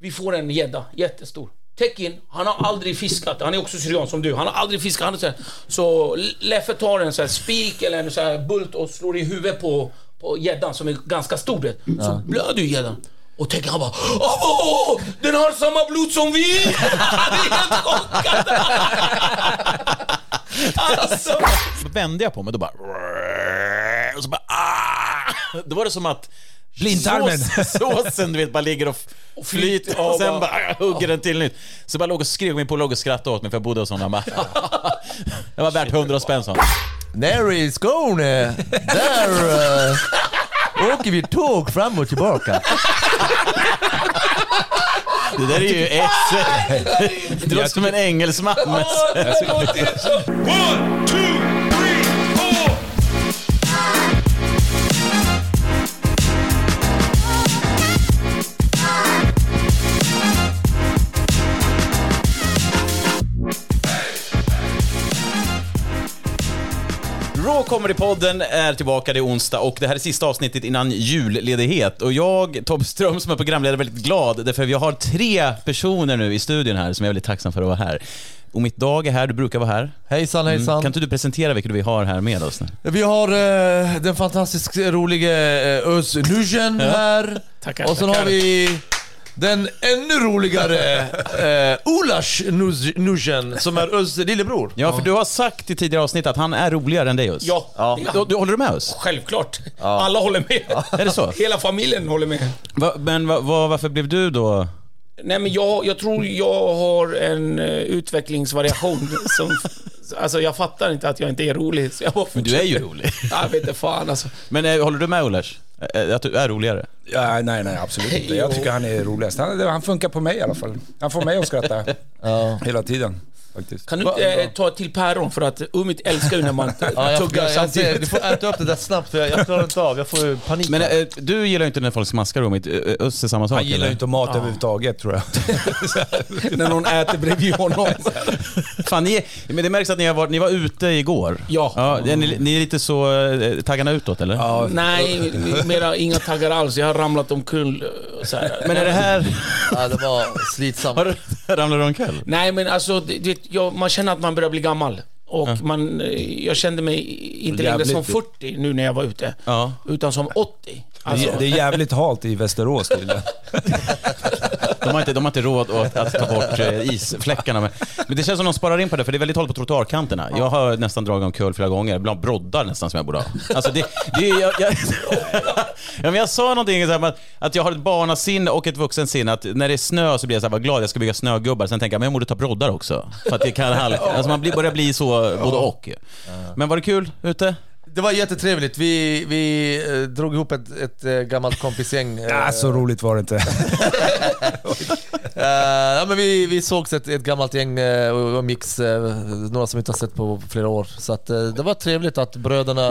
Vi får en gädda, jättestor. Tekin, han har aldrig fiskat. Han är också syrian som du. Han har aldrig fiskat. Han är så, här, så Leffe tar en så här spik eller en så här bult och slår i huvudet på på gäddan som är ganska stor. Det. Så blöder ju gäddan. Och Tekin han bara åh, åh, åh, den har samma blod som vi! Han är helt chockad! Alltså, Då vände jag på mig, då bara... Och så bara... Ah! Då var det som att... Blindtarmen. Sås, såsen du vet bara ligger och, f- flyter och sen bara hugger den till nytt. Så jag bara låg och skrek, min polare låg och skrattade åt mig för jag bodde hos honom. Han bara, det var värt hundra spänn sa han. Nere i Skåne, där eh, åker vi tåg fram och tillbaka. Det där är ju ett... Det låter som en engelsman. Men... åh, det här låter så... one, two, three, four. Raw Comedy-podden är tillbaka, det är onsdag och det här är sista avsnittet innan julledighet. Och jag, Tobbe Ström, som är programledare, är väldigt glad därför jag har tre personer nu i studion här som jag är väldigt tacksam för att vara här. Och mitt dag är här, du brukar vara här. Mm. Hejsan hejsan. Kan inte du presentera vilka vi har här med oss? Nu? Vi har eh, den fantastiskt rolige eh, Özz Nujen här. Tackar, och sen tackar. har vi den ännu roligare eh, Ulas Nuz- Nujen som är Özz lillebror. Ja, för du har sagt i tidigare avsnitt att han är roligare än dig Us. Ja. Du, du, håller du med oss? Självklart. Alla håller med. Är det så? Hela familjen håller med. Va, men va, va, varför blev du då... Nej men jag, jag tror jag har en eh, utvecklingsvariation som... Alltså jag fattar inte att jag inte är rolig, så jag bara Men du är ju rolig. Jag vet inte fan alltså. Men eh, håller du med Ullers? Eh, Att du är roligare? Ja, nej, nej, absolut inte. Jag tycker han är roligast. Han, han funkar på mig i alla fall. Han får mig att skratta hela tiden. Faktiskt. Kan du inte eh, ta till päron för att Umit älskar ju när man Ja, jag, tuggar jag, jag, samtidigt. du får äta upp det där snabbt för jag, jag klarar inte av, jag får ju panik. Men eh, du gillar ju inte när folk smaskar om mitt Öss är samma sak Han gillar eller? ju inte mat överhuvudtaget tror jag. när någon äter bredvid honom. Fan, ni, är- men det märks att ni, har varit, ni var ute igår. Ja. är ni, ni är lite så eh, taggarna utåt eller? Ja. Nej, mera inga taggar alls. Jag har ramlat omkull. eh, Så här. Men är det här... Ja, det var slitsamt. Har du ramlat du omkull? Nej men alltså, det, det, jag, man känner att man börjar bli gammal. Och man, eh, jag kände mig inte längre Jävligt. som 40 nu när jag var ute, Ja. utan som 80. Alltså, Det är jävligt halt i Västerås tydligen. De har inte, de har inte råd att, att ta bort eh, isfläckarna. Men, men det känns som de sparar in på det, för det är väldigt hårt på trottoarkanterna. Jag har nästan dragit omkull flera gånger, ibland broddar nästan som jag borde ha. Alltså det, det är, jag, jag, ja, men jag sa någonting så här, att, att jag har ett barnasinne och ett vuxensinne. Att när det är snö så blir jag så här, vad glad jag ska bygga snögubbar. Sen tänker jag, men jag borde ta broddar också. För att det kan halka. Alltså man blir, börjar bli så både och. ju. Men var det kul ute? Det var jättetrevligt. Vi, vi eh, drog ihop ett, ett eh, gammalt kompisgäng. eh, Ja, så roligt var det inte. eh, ja, men vi, vi sågs ett, ett gammalt gäng eh, och och mix, eh, några som inte har sett på flera år. Så att, eh, det var trevligt att bröderna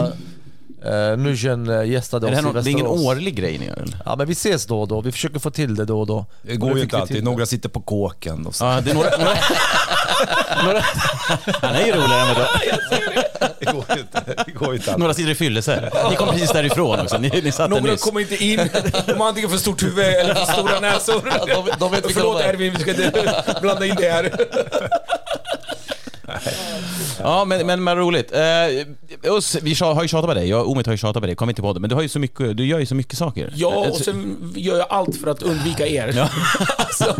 eh, Nujen eh, gästade Är det, här oss i någon, det är ingen Västerås. årlig grej ni gör? eller? Ja men vi ses då och då. Vi försöker få till det då och då. Det Och går nu ju fick inte vi alltid. till det. Några sitter på kåken. Och så. Ja, det är några, några, några, han är ju roligare än vad Det går ju inte. Det går ju inte alltid. Några sidor i fyllelse. Ni kom precis därifrån också. Ni, ni satt där Några nyss. kommer inte in, de har antingen för stort huvud eller för stora näsor. de vet inte vilka de Förlåt är. Ervin, vi ska inte blanda in det här. Ja, men, men vad roligt. Eh, Us, vi tja- har ju tjatat på dig, jag och Omid har ju tjatat på dig, kom inte på det. Men du, har ju så mycket, du gör ju så mycket saker. Ja, och Alltså, sen gör jag allt för att undvika er. alltså,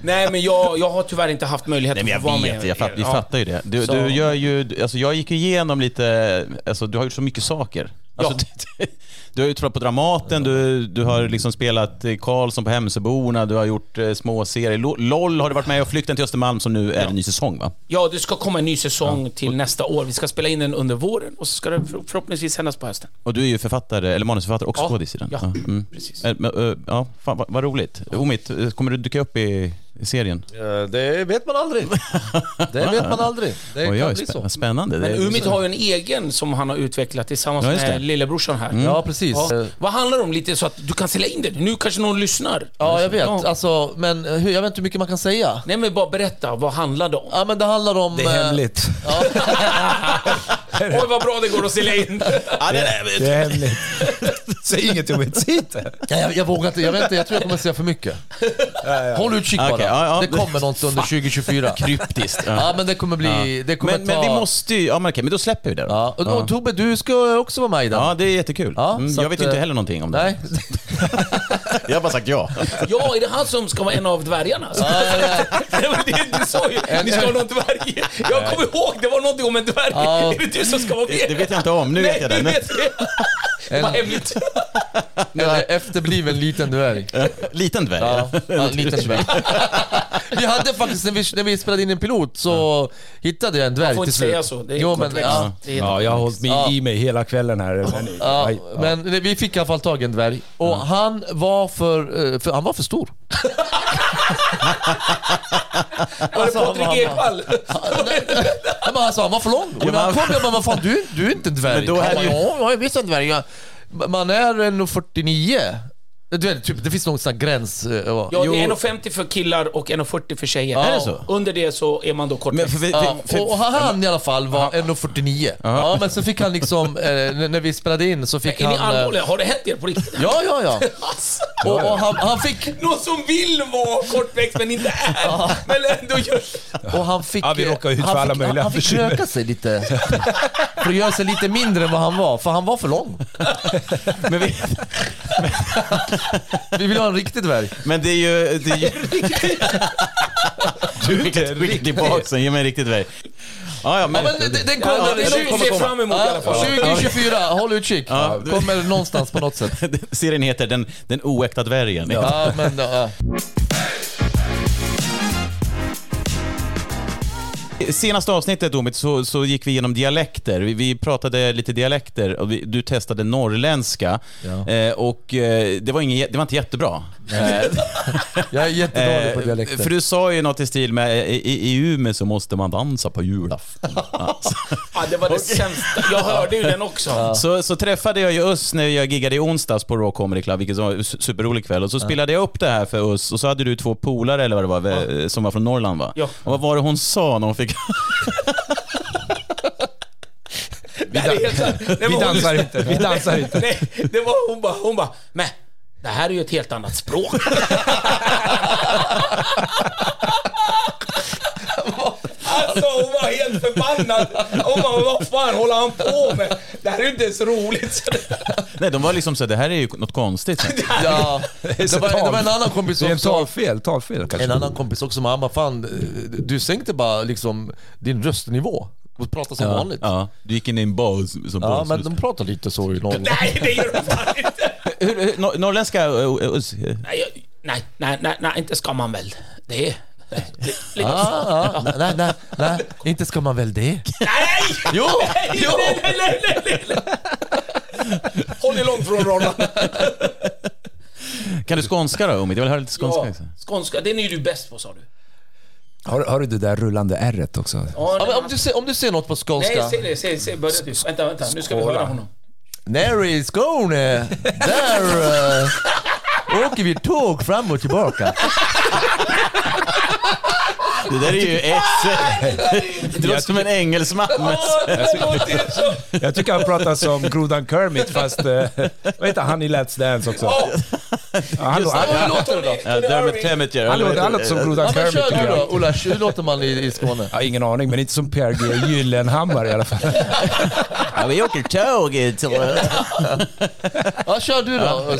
nej, men jag, jag har tyvärr inte haft möjlighet Nej men att få vara jag med vet, jag er. fatt, vi Ja. fattar ju det. Du, Så- du gör ju, alltså jag gick ju igenom lite, alltså du har gjort så mycket saker. Alltså, du, du har ju trollat på Dramaten, du, du har liksom spelat eh, Karlsson på Hemsöborna, du har gjort eh, små serier. Lo- LOL har du varit med och Flykten till Östermalm som nu är en ny säsong va? Ja, det ska komma en ny säsong till nästa år. Vi ska spela in den under våren och så ska den för- förhoppningsvis sändas på hösten. Och du är ju författare, eller manusförfattare och Ja, skådis i den. ja, mm. precis. Eh, men, eh, ja, fan vad, vad roligt. Omit, eh, kommer du dyka upp i, i serien? Eh, Det vet man aldrig. Det vet man aldrig. Det Oj, kan oj, bli så. spä- spännande. Det Men är- Umit har ju en egen som han har utvecklat tillsammans Ja, just med det. Mm. lillebrorsan här. Ja, precis. Eh, Vad handlar det om lite så att du kan sälja in det? Nu kanske någon lyssnar. Ja, jag vet. Alltså, men hur, jag vet inte hur mycket man kan säga. Nej men bara berätta, vad handlar det om? Ja, men det handlar om... Det är eh, hemligt. Oj vad bra det går att sälja in! Ja, det är- Det är hemligt. Säg inget om det. Säg inte. Ja, jag, jag vågar inte. Jag vet inte. Jag tror jag kommer säga för mycket. Håll utkik bara. Okej, ja, ja. Det kommer något under 2024. Kryptiskt. ja. Ja, men det kommer bli... Det kommer men, ta... men vi måste ju, ja men okej, men då släpper vi det då. Ja, och, och Tobbe, du ska också vara med i den. Ja, det är jättekul. Ja, mm, så jag att, vet ju inte eh, heller någonting om det. Nej. Jag har bara sagt ja. Ja, är det han som ska vara en av dvärgarna? Så- Nej, men det, du sa ju, ni ska ha någon dvärg. Jag kommer ihåg, det var någonting om en dvärg. Ja. Är det du som ska vara med? Det vet jag inte om, nu vet jag Nej, det. du vet det. Vad hemligt. En efterbliven liten dvärg. Liten dvärg. Ja, en liten dvärg. Vi hade faktiskt, när vi, när vi spelade in en pilot så hittade jag en dvärg får till inte slut. säga så. Det är jo, men, komplext. ja, Det är Ja, jag har hållit mig Ja. i mig hela kvällen här. Men, ja, aj, ja. men vi fick i alla fall tag i en dvärg. Och han, var för, eh, för, han var för stor. Var det Alltså, Patrik mamma. Ekwall? Ja, men alltså, han var för lång. Och när han kom jag bara, men fan du, du är inte en dvärg. Men då han är bara, det ju- ja, jag är visst en dvärg. Jag, man är ändå 49. Du vet, typ, det finns någon sån här gräns. eh, och- Ja, det är 1,50 för killar och 1,40 för tjejer. Är det så? Under det så är man då Men kortväxt. för, vi- Ja, för, och han, i alla fall var 1,49. Ja, men så fick han liksom, eh, n- när vi spelade in så fick Är ni han... eh, allvarliga? Har det hänt er på riktigt? Ja, ja, ja. Alltså, Och, och han, han fick... Någon som vill vara kortväxt men inte är. Men ändå gör... Och han fick, eh, Ja, vi råkade ut han för alla fick, möjliga Han fick bekymmer. röka sig lite. För att göra sig lite mindre än vad han var, för han var för lång. men, vi, Vi vill ha en riktig dvärg. men det är ju... Det är ju du är riktigt baksen, ge mig en riktig dvärg. Ja, ja, men, Men det- den kommer... Ja, den tjugo- kommer komma. Ja, 2024, håll utkik. Ja. Kommer någonstans på något sätt. Serien heter Den, den oäkta dvärgen. Ja, men, ja. Senaste avsnittet Omid, så, så gick vi igenom dialekter. Vi, vi pratade lite dialekter och vi, du testade norrländska. Ja. Eh, och eh, det var, ingen, jä- det var inte jättebra. Jag är jättedålig på Eh, dialekter. För du sa ju något i stil med i, i, i Umeå så måste man dansa på julafton. Ja, så- Ja, det var det sämsta. Jag hörde ju den också. så, så träffade jag ju Us när jag giggade i onsdags på Raw Comedy Club, vilket var en su- superrolig kväll. Och så spelade jag upp det här för Us och så hade du två polare eller vad det var, eh, som var från Norrland va? Ja. Och vad var det hon sa när hon fick... Nej, det är helt sant. Nej, men Vi hon- dansar inte. Vi dansar inte. Nej, det var hon bara, hon bara, men det här är ju ett helt annat språk. Alltså hon var helt förbannad. Hon bara, vad fan håller han på med? Det här är ju inte ens roligt. Så det- Nej, de var liksom såhär, det här är ju något konstigt. Ja, är det, så var, det var en tal. annan kompis Det är en också. talfel. Talfel kanske. En annan kompis också, men han bara fan, du sänkte bara liksom din röstnivå och pratade som vanligt. Ja. Ja, du gick in i en bar som, som bar- men de pratar lite så i Norge. Nej, det gör hon fan inte. hur, hur, nor- norrländska... eh, eh, Us, eh, Nej, jag- nej, nej, nej, nej, inte ska man väl. Det är... Li- li- Ah, ah, nej, nej, nej, inte ska man väl det? Nej! Jo! Nej, jo. nej, nej, nej, nej, nej, nej. Håll er långt från Roland. Kan du skånska då Omid? Jag vill höra lite skånska. Ja, också. skånska, den är ju du bäst på sa du. Har, har du det där rullande ärret också? Ja, Ja, nej, men om, du ser, om du ser något på skånska? Nej, se det, se, se, börja du. Vänta, vänta, nu ska vi höra honom. Nere i Skåne, där eh, åker vi tåg fram och tillbaka. Det där är ju ett... Det låter som en engelsman. Men... Jag tycker han pratar som Grodan Kermit fast... Eh, vad heter han i Let's Dance också? Ja, Ja, han, lå- han, Vad han, låter det då? Ja, Dermot Clemenger. han, låter- han låter som Grodan Ja, men Kermit kör tycker du jag. då Ola, hur låter man i, i Skåne? Ja, ingen aning, men inte som Per G Gyllenhammar i alla fall. Ja, vi åker tåg till... Ja, kör du då.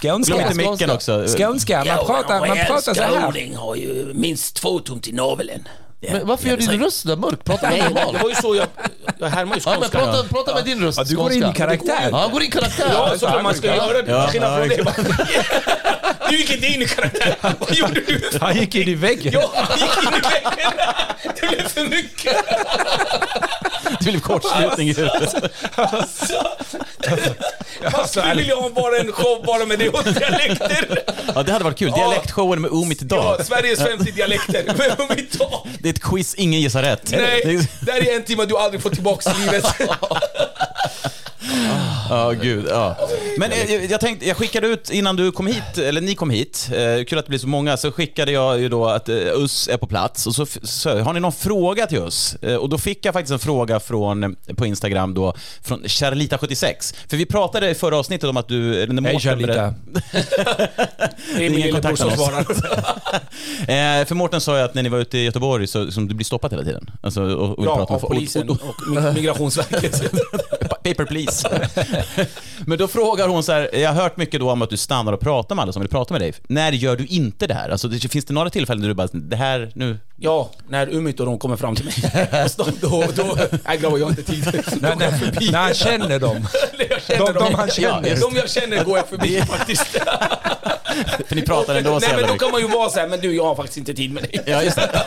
Glöm inte Skånska. micken också. Skånska, man pratar, man pratar så här. Skåning har ju minst två tum till naveln. Men varför gör din röst där mörk? Prata Nej, normal. det var ju så jag... Jag härmar ju Ja, men skånska. prata, prata med din röst. Ja, du går in skånska. i karaktär. Ja, han går in i karaktär. Ja, så som Alltså, man ska göra det. Ja, till Skillnad från dig. ja, bara. Du gick inte in i karaktär. Vad gjorde du? Han gick in i väggen. Ja, han gick in i väggen. Det blev för mycket. Det blev kortslutning i huvudet. Man skulle vilja ha bara en show bara med det och dialekter. Ja, det hade varit kul. Dialektshowen med Umit Ja, Dag. Sveriges 50 dialekter. Men om vi tar... Det är ett quiz ingen gissar rätt. Nej, där är en timme du aldrig får tillbaka i livet. Ja, gud. Ja. Men eh, jag, jag tänkte, jag skickade ut innan du kom hit, eller ni kom hit, eh, kul att det blir så många, så skickade jag ju då att eh, Us är på plats och så, f- så har ni någon fråga till Us? Eh, och då fick jag faktiskt en fråga från, eh, på Instagram då, från Charlita76. För vi pratade i förra avsnittet om att du... eller när Hej Mårten Charlita. berätt- Det är ingen kontakt med oss. eh, för Mårten sa ju att när ni var ute i Göteborg så som du blir stoppad hela tiden. Alltså, och, och Ja, pratar av med folk. polisen Och- och- och mi- Migrationsverket. Paper please. Men då frågar hon så här, jag har hört mycket då om att du stannar och pratar med alla som vill prata med dig. När gör du inte det här? Alltså, det, finns det några tillfällen där du bara, det här, nu... Ja, när Umit och de kommer fram till mig. Och så Då, då, nej grabbar, jag har inte tid. Då När, går jag när, förbi. när han känner dem. Jag känner De- de han känner. Ja, de jag känner går jag förbi faktiskt. För ni pratar ändå så Nej men jävla då mycket. kan man ju vara så här, men du jag har faktiskt inte tid med dig. Ja, just det.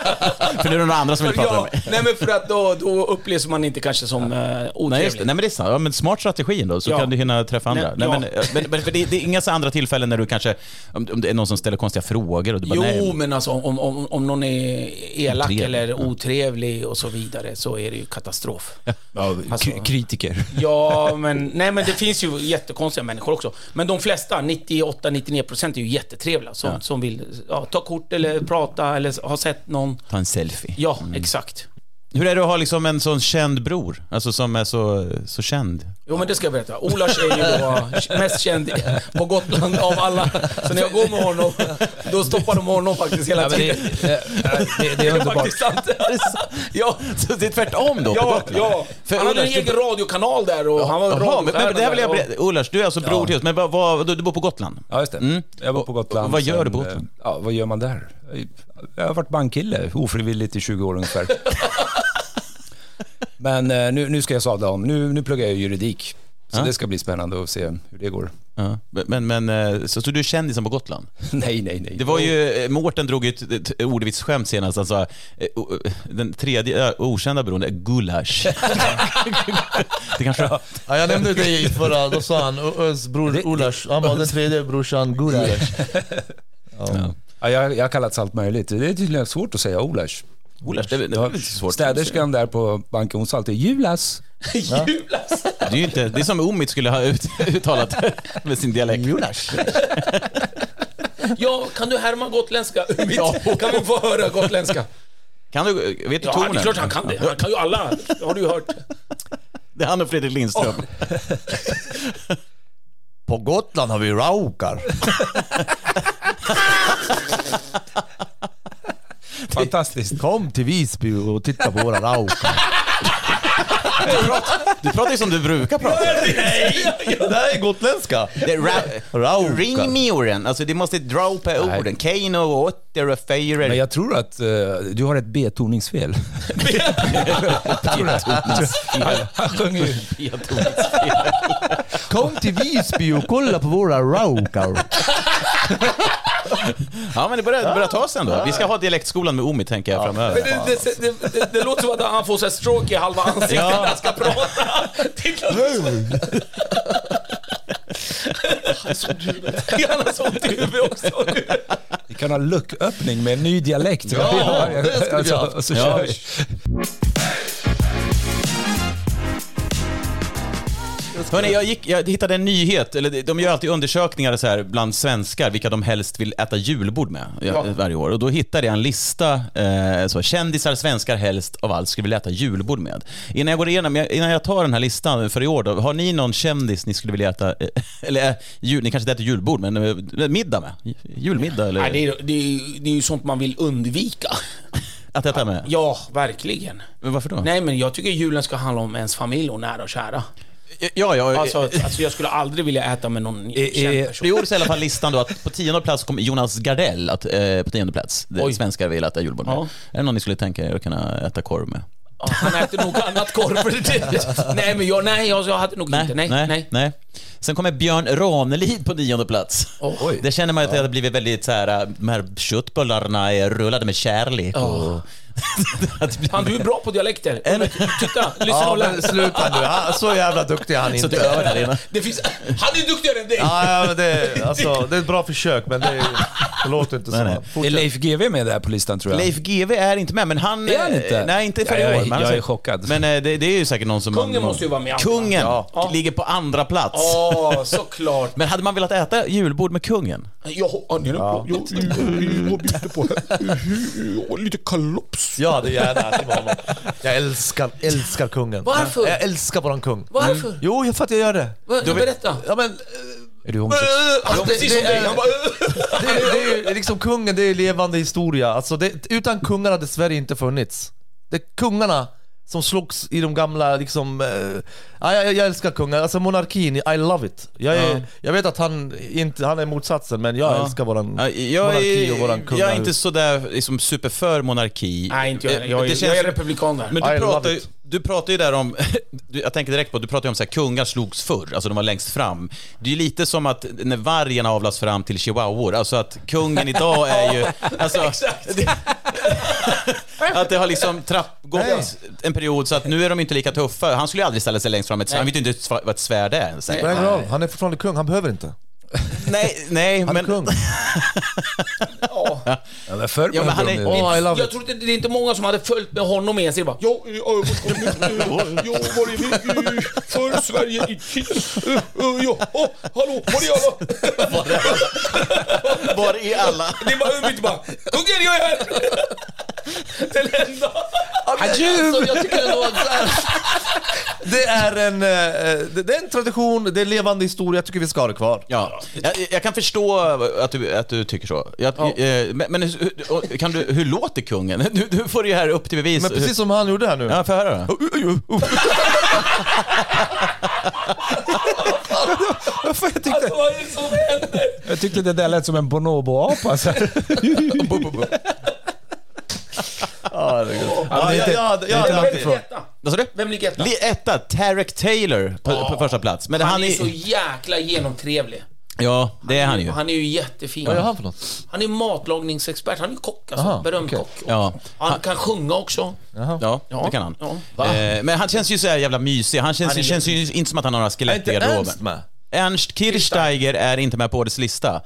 För nu är det några andra som vill prata med Ja, mig. nej men för att då, då upplevs man inte kanske som eh, Nej, just det. otrevlig. Nej men det är sant. Ja, men smart strategi ändå, så Ja. kan du hinna träffa andra. Nej, Nej, ja. men, men, men för det, det är inga så andra tillfällen när du kanske, om, om det är någon som ställer konstiga frågor och du bara nej. Jo men- men alltså om, om, om någon är elak Otrevlig. eller otrevlig och så vidare så är det ju katastrof. Alltså- K- kritiker. Ja, men, nej, men det finns ju jättekonstiga människor också. Men de flesta, 98-99% är ju jättetrevliga som, som vill ja, ta kort eller prata eller ha sett någon. Ta en selfie. Mm. Ja, exakt. Hur är det att ha liksom en sån känd bror? Alltså som är så, så känd? Jo men det ska jag berätta. Olars är ju då mest känd på Gotland av alla. Så när jag går med honom, då stoppar de honom faktiskt hela Ja, men det, tiden. eh, det, det är Det är underbart. faktiskt sant. Ja, så det är tvärtom då på Ja, Gotland? ja. För han hade en Ullars, du- egen radiokanal där och han var Jaha, men, men det här vill jag och- berätta. Ullars, du är alltså bror till oss, men vad, vad, du, du bor på Gotland? Ja, just det. Mm. Jag var på Gotland. Och vad gör sen, du på Gotland? eh, Ja, vad gör man där? Jag har varit bankkille, ofrivilligt i 20 år ungefär. Men eh, nu, nu ska jag sadla om. Nu, nu pluggar jag juridik. Så det ska bli spännande att se hur det går. Ja. Men, men, eh, så, så du är kändisen på Gotland? Nej, nej, nej. Det var ju, eh, Mårten drog ju ett, ett ordvitsskämt senast, han sa, eh, o- den tredje ö, okända bron är gulasch. det kanske var... Ja, jag nämnde dig i förra, då sa han Ö- Ös bror Olash. Han var den tredje brorsan Gulash. Ja, jag, jag har kallats allt möjligt. Det är tydligen svårt att säga Olash. Ullars, det, det var lite svårt. Städerskan där på banken, hon sa alltid Julas. Julas. Det är ju inte, det är som Omid skulle ha ut, uttalat med sin dialekt. Gulasch. Ja, kan du härma gotländska? Kan vi få höra gotländska? Kan du, vet du Ja, tonen? det är klart han kan det. Han kan ju alla. Har du ju hört. Det är han och Fredrik Lindström. På Gotland har vi raukar. Fantastiskt. Kom till Visby och titta på våra raukar. Du pratar ju som du brukar prata. Det här är gotländska. Det är Raukar. ra- Ringmuren, alltså det måste dra på orden. Keino, åtter och Men fejrer. jag tror att eh, du har ett betoningsfel. Han sjunger ju. Kom till Visby och kolla på våra raukar. Ja men det börjar, det börjar ta sig ändå. Vi ska ha dialektskolan med Omi tänker jag Men framöver. det, det, det, det, det låter som att han får så här stroke i halva ansiktet Ja. när han ska prata. Titta! Alltså, Han har så ont i huvudet också. Vi kan ha lucköppning med en ny dialekt. Ja, det skulle vi ha haft. och så Ja. kör vi. Hörrni, jag, gick, jag hittade en nyhet, eller de gör alltid undersökningar så här bland svenskar, vilka de helst vill äta julbord med ja. varje år. Och då hittade jag en lista, eh, så, kändisar svenskar helst av allt skulle vilja äta julbord med. Innan jag går igenom, jag- innan jag tar den här listan för i år då, har ni någon kändis ni skulle vilja äta, eh, eller eh, jul, ni kanske inte äter julbord, men eh, middag med? Julmiddag eller? Nej, det, är, det, är, det är ju sånt man vill undvika. att äta med? Ja, verkligen. Men varför då? Nej, men jag tycker julen ska handla om ens familj och nära och kära. Ja, ja, Alltså, eh, att- alltså jag skulle aldrig vilja äta med någon känd Eh, Det person. gjordes i alla fall listan då att på tionde plats kom Jonas Gardell att, eh, på tionde plats. Det Oj. svenskar vill äta julbord med. Ja. Är det någon ni skulle tänka er att kunna äta korv med? Ja, Han äter nog annat korv. för det- nej, men jag, nej, jag, jag hade nog inte. Nej, nej. nej. nej. Sen kommer Björn Ranelid på nionde plats. Oj. Det känner man ju att det hade blivit väldigt så här, äh, de här köttbullarna är rullade med kärlek och... att det blir- Han, du är bra på dialekter. Titta, lyssna Ja och lär. men sluta nu, han, så jävla duktig är han Så inte. du övar där inne. Det finns, han är duktigare än dig! Ja, ja, men det, alltså, det är ett bra försök men det, det låter inte Nej, nej. så. Är Fortsätt. Leif GW med där på listan tror jag? Leif GW är inte med, men han... Är han eh, inte? Nej, inte för Ja, i år. jag är- men han jag är säger- chockad. Men eh, det, det är ju säkert någon som... Kungen någon, måste ju vara med. Kungen Ja. ligger på andra plats. Ja, såklart. Men hade man velat äta julbord med kungen? Jag, jag, jag, jag, jag bjuder på lite kalops. Jag hade gärna ätit med honom. Alltså, Jag älskar, älskar kungen. Varför? Jag älskar våran kung. Varför? Jo, jag för att jag gör det. Va- Berätta. Ja, men, eh, Är du homosexuell? Han är precis som det- dig. Han bara... det, är- det är ju liksom kungen, det är levande historia. Alltså, det, utan kungarna hade Sverige inte funnits. Det är kungarna som slogs i de gamla liksom... Eh, ja, jag, jag älskar kungar, alltså monarkin, I love it. Jag, är, jag vet att han, inte, han är motsatsen men jag Ja. älskar våran Ja, jag, monarki och våran är, jag är kungahus. inte sådär liksom, superför monarki. Nej, inte jag. Eh, Jag är- det jag är republikan där. Men du I love pratar, ju, it. du pratar ju där om, du, jag tänker direkt på, du pratar ju om så här, kungar slogs förr, alltså de var längst fram. Det är ju lite som att när vargen avlas fram till chihuahuor, alltså att kungen idag är ju... Alltså, det, att det har liksom trapp, gått en period så att nu är de inte lika tuffa. Han skulle ju aldrig ställa sig längst fram med ett svärd, han vet ju inte ens vad ett svärd är. ens. Spelar ingen roll, han är fortfarande kung, han behöver inte. Nej, nej, Han är men... kung. Ja, men förr Ja, men han behövde är- de det. Åh, I love Jag it. tror inte, det är inte många som hade följt med honom ens. Det är bara... Ja, eh, ja, ja, var är vi? Eh, För Sverige i kris. Eh, eh, Ja, oh, hallå, var är alla? Var är alla? Det är bara Umit bara... Kungen, jag är här! Den enda. Adjö! jag tycker ändå att... alltså, Det är en, eh, det det är en tradition, det är en levande historia, jag tycker vi ska ha det kvar. Ja, jag, jag kan förstå att du, att du tycker så. Jag, eh, men men hur, kan du, hur låter kungen? Du, du får det ju här upp till bevis. Men precis som han gjorde här nu. Ja, får jag höra då? Varför? Jag tyckte, Alltså, vad är det som händer? jag tyckte det där lät som en bonobo-apa. så här. Herregud. Ja, men det är inte- Ja, ja, det är inte ja, långt Vem ifrån. ligger etta? Vad sa du? Vem ligger etta? Li- Etta, Tarek Taylor på, på första plats. Men Han är så jäkla genomtrevlig. Ja, det är han ju. Han är ju jättefin. Vad gör han för något? Han är matlagningsexpert. Han är kock, alltså. Aha, Berömd okej. kock. också. Ja. Han, kan sjunga också. Ja, det kan han. Ja. Eh, men han känns ju så här jävla mysig. Han känns, är känns ju inte som att han har några Är skelett i inte garderoben. Ernst med? Ernst Kirchsteiger är inte med på årets lista.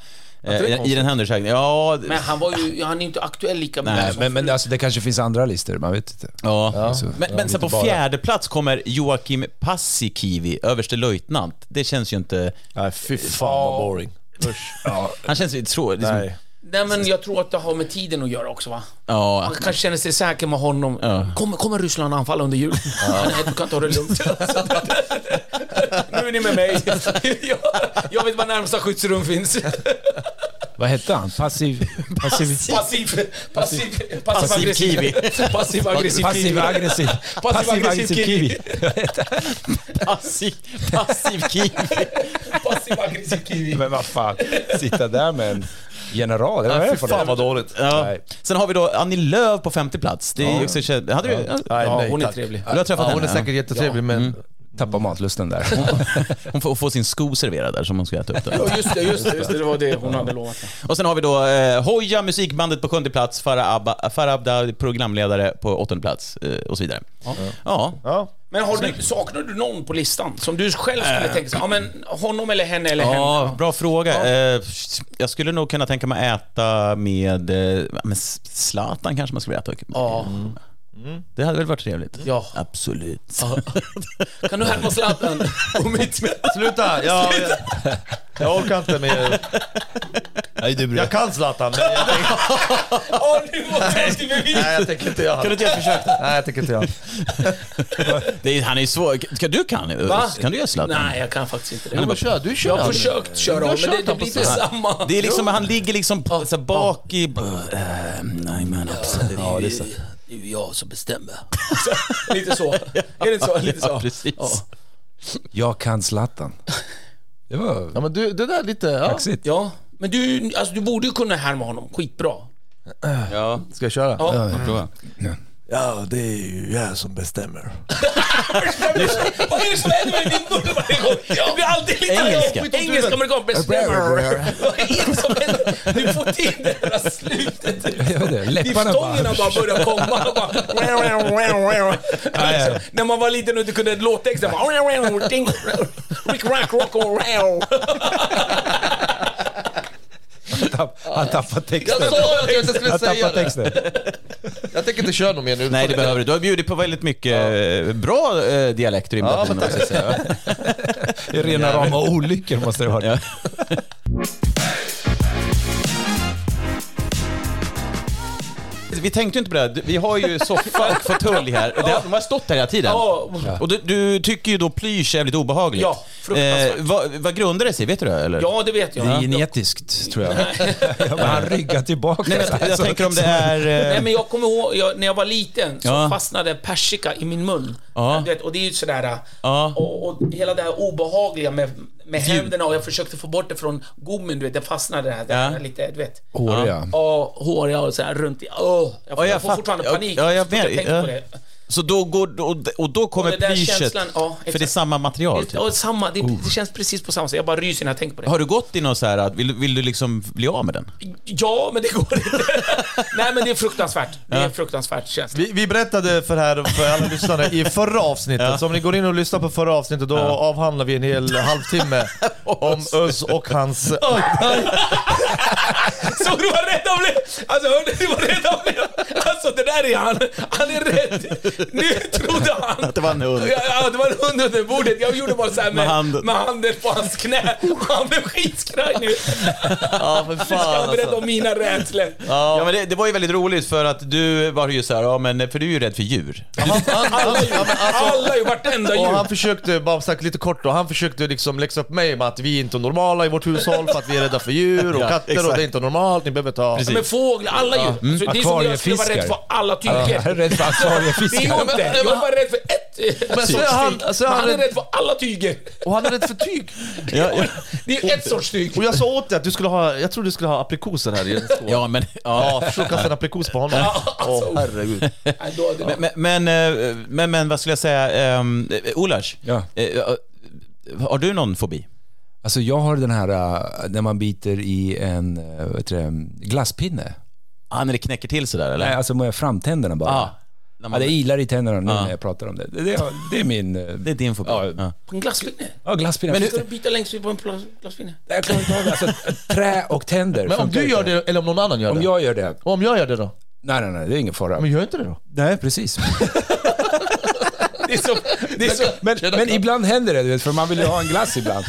Eh, i- I den här undersökningen. Ja, Men han, var ju, han är ju inte aktuell lika Nej, mycket. som- Men, men alltså, det kanske finns andra listor, man vet inte. Ja. Så- men men sen på fjärde plats kommer Joakim Paasikivi, överstelöjtnant. Det känns ju inte... Nej fy fan vad boring. Han känns ju trå... Liksom, Nej. Nej, men jag tror att det har med tiden att göra också, va? ja, Han kanske känner sig säker med honom. Kommer, kommer Ryssland anfalla under jul? Nej, du kan ta det lugnt. nu är ni med mig. jag, jag vet var närmsta skyddsrum finns. Vad hette han? Passiv... Passiv... Passiv... Passiv... Passiv Passiv aggressiv kiwi. Passiv aggressiv kiwi. Passiv aggressiv. Passiv aggressiv kiwi. passiv, passiv kiwi. Passiv aggressiv kiwi. Men vad fan, sitta där med en general. Vad är Nej det fy för fan vad något? dåligt. Ja. Nej. Sen har vi då Annie Lööf på femte plats. Det är ju också... Hade du, Nej, Ja, nej, hon är tack. trevlig. du har träffat Ja, hon henne? är säkert jättetrevlig men... Tappar mm. matlusten där. Hon får, får sin sko serverad där som hon ska äta upp. Där. Ja, just det, just det, just det. Det var det hon hade lovat. Och sen har vi då eh, Hoja, musikbandet på sjunde plats, Farah Abba- Farah Abda, programledare på åttonde plats eh, och så vidare. Ja. Ja. Men har du, saknar du någon på listan som du själv skulle tänka sig, ja men honom eller henne eller henne? Ja, bra fråga. Eh, Jag skulle nog kunna tänka mig att äta med, eh, med Zlatan kanske man skulle äta. Ja. Mm. Det hade väl varit trevligt? Ja. Absolut. Kan du härma Zlatan och mitt Sluta! Jag, jag, jag orkar inte med... Nej, du Jag kan Zlatan, men jag, tänker- Åh, nu måste jag skriva vidare! nej, jag tänker inte jag. Kan du inte göra försök? Nej, jag tänker inte jag. det är, han är ju svår. Ska du kan? eh, Va? Kan du göra Zlatan? Nej, jag kan faktiskt inte det. Men vad kör du? kör Jag har aldrig. försökt köra Du har om, men det, kört det han blir på inte scen. samma. Det är liksom, han ligger liksom på, så här, bak i... Eh, nej men absolut. Ja, det är så. Det är ju jag som bestämmer. Lite så. Är det inte så? Lite Ja, så. precis. Jag kan Zlatan. Det var Ja, men du, det där är lite... Ja. kaxigt. Ja, men du, alltså, du borde ju kunna härma honom skitbra. Ja, Ska jag köra? Ja. jag provar. ja, det är ju jag som bestämmer. Vad är det som händer med din mun varje gång? Det blir alltid lite Engelska. Engelska amerikan bestämmer. Vad är det som händer? Du får till det där slutet. Jag vet det, läpparna Diftongerna bara... bara börjar komma. och Bara... Alltså, när man var liten och inte kunde låttexten. bara- Ding, Rick rack rock och row. Tapp, han tappar texten. Jag sa att jag inte skulle Han säga tappar det. texten. Jag tänker inte köra någon mer nu. Nej, det behöver du. Du har bjudit på väldigt mycket eh, bra eh, dialekter i Ja, ja, men måste jag säga. Det är rena rama olyckor måste det vara. Ja. Vi tänkte ju inte på det här. Vi har ju soffa och fåtölj här. Och det- De har stått här hela tiden. Ja. Och du, du tycker ju då plysch är jävligt obehagligt. Eh, Ja, fruktansvärt. vad, vad grundar det sig? Vet du det? Eller? Ja, det vet jag. Genetiskt, tror jag. Ja, men han ryggar tillbaka. Alltså, liksom, Nej, men jag, jag tänker om det är... eh, Nej, men jag kommer ihåg jag, när jag var liten så Ja. fastnade persika i min mun. Ja. Du vet, och det är ju sådär... Ja. Och, och hela det här obehagliga med, med händerna och jag försökte få bort det från gommen, du vet. Det fastnade där, där Ja. lite, du vet. Håriga. Ja, håriga och såhär runt i... åh, jag får, Ja, jag jag får fatt- fortfarande ja, panik ja, jag så fort jag vet, tänker ja. på det. Så då går... Och, och då kommer Och det där plyschet. känslan, ja, för exakt. det är samma material. Typ. Ja, samma, det, det känns precis på samma sätt. Jag bara ryser när jag tänker på det. Har du gått i någon så här... att- Vill, vill du liksom bli av med den? Ja, men det går inte. Nej, men det är fruktansvärt. Det är fruktansvärt känsla. Vi, vi berättade för, här, för alla lyssnare i förra avsnittet, så om ni går in och lyssnar på förra avsnittet då avhandlar vi en hel halvtimme om Özz och hans... Så du var rädd om det? Alltså hörde du vad rädd om det? Alltså det där är han. Han är rädd. Nu trodde han... Att det var en hund. Ja, ja, det var en hund under bordet. Jag gjorde bara så här med, Med med, handen. handen. på hans knä. Och han blev skitskraj nu. Ja, för Nu ska fan han berätta alltså. om mina rädslor. Ja, men det, det var ju väldigt roligt för att du var ju så här, ja men för du är ju rädd för djur. Han, han, han, Alla djur. ja, men alltså, Alla djur. Vartenda och han djur. försökte, bara sagt lite kort då, han försökte liksom läxa upp mig med att vi är inte normala i vårt hushåll för att vi är rädda för djur och Ja, katter och exakt. det är inte normalt, ni behöver ta... Precis. Med fåglar. Alla djur. Alltså, det är som om jag skulle vara rädd för alla typer. Jag är rädd för Det är ju akvariefiskar. inte. Jag är bara rädd för ett Men så är han- så är han han är rädd- rädd för alla tyger. Och han är rädd för tyg. Ja, ja. Det är ju ett sorts tyg. Och jag sa åt dig att du skulle ha, jag tror du skulle ha aprikoser här i en skål. ja men... Ja. Ja, försök kasta en aprikos på honom. alltså. Åh herregud. Nej, då- det- Men, men, eh, men, men vad skulle jag säga? Um, Olars, Ja. eh, har du någon fobi? Alltså jag har den här, äh, när man biter i en äh, vad heter det, glasspinne. Ah, när det knäcker till sådär eller? Nej, alltså med framtänderna bara. Ah, när Ja, man, det ilar i tänderna nu Ja. när jag pratar om det. Det, det, det är min... äh, det är din fobi? Ja. Ja. På en glasspinne? Ja, glasspinnar. Ska du bita längst ut på en pla- glasspinne? Jag klarar inte av det. Alltså, trä och tänder. Men om funkar du gör inte. det, eller om någon annan gör Om det? jag gör det? Och om jag gör det då? Nej, nej, nej, det är ingen fara. Men gör inte det då? Nej, precis. Det är så... Det är så Men, men ibland händer det, du vet, för man vill ju ha en glass ibland.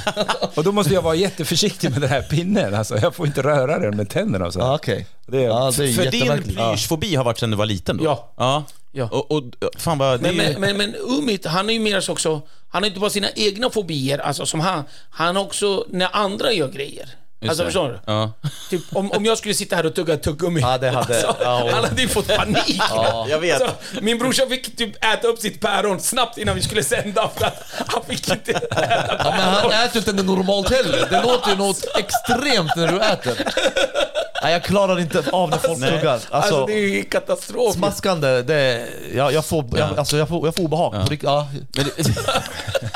Och då måste jag vara jätteförsiktig med den här pinnen. Alltså, jag får inte röra den med tänderna och så. Ah, okej. Det är- Ja, det är För din jättemärkligt. Ja. plyschfobi har varit sedan du var liten då? Ja. Ja. Ja. Och, och fan vad... Det men, är ju, men, men, men Umit, han är ju mer så också... Han har inte bara sina egna fobier, alltså som han. Han har också när andra gör grejer. Alltså förstår du? ja. Typ, om, om jag skulle sitta här och tugga tuggummi. Ja, det hade- ja, och- han hade ju fått panik. Jag vet. Alltså, min brorsa fick typ äta upp sitt päron snabbt innan vi skulle sända. För att han fick inte äta Ja, men han äter inte normalt heller. Det låter ju något extremt när du äter. Nej, jag klarar inte av när folk tuggar. Alltså, Alltså det är ju katastrof. smaskande, det är, jag, jag, får, jag, alltså, jag, får, jag får obehag. På rikt- Ja. Men det,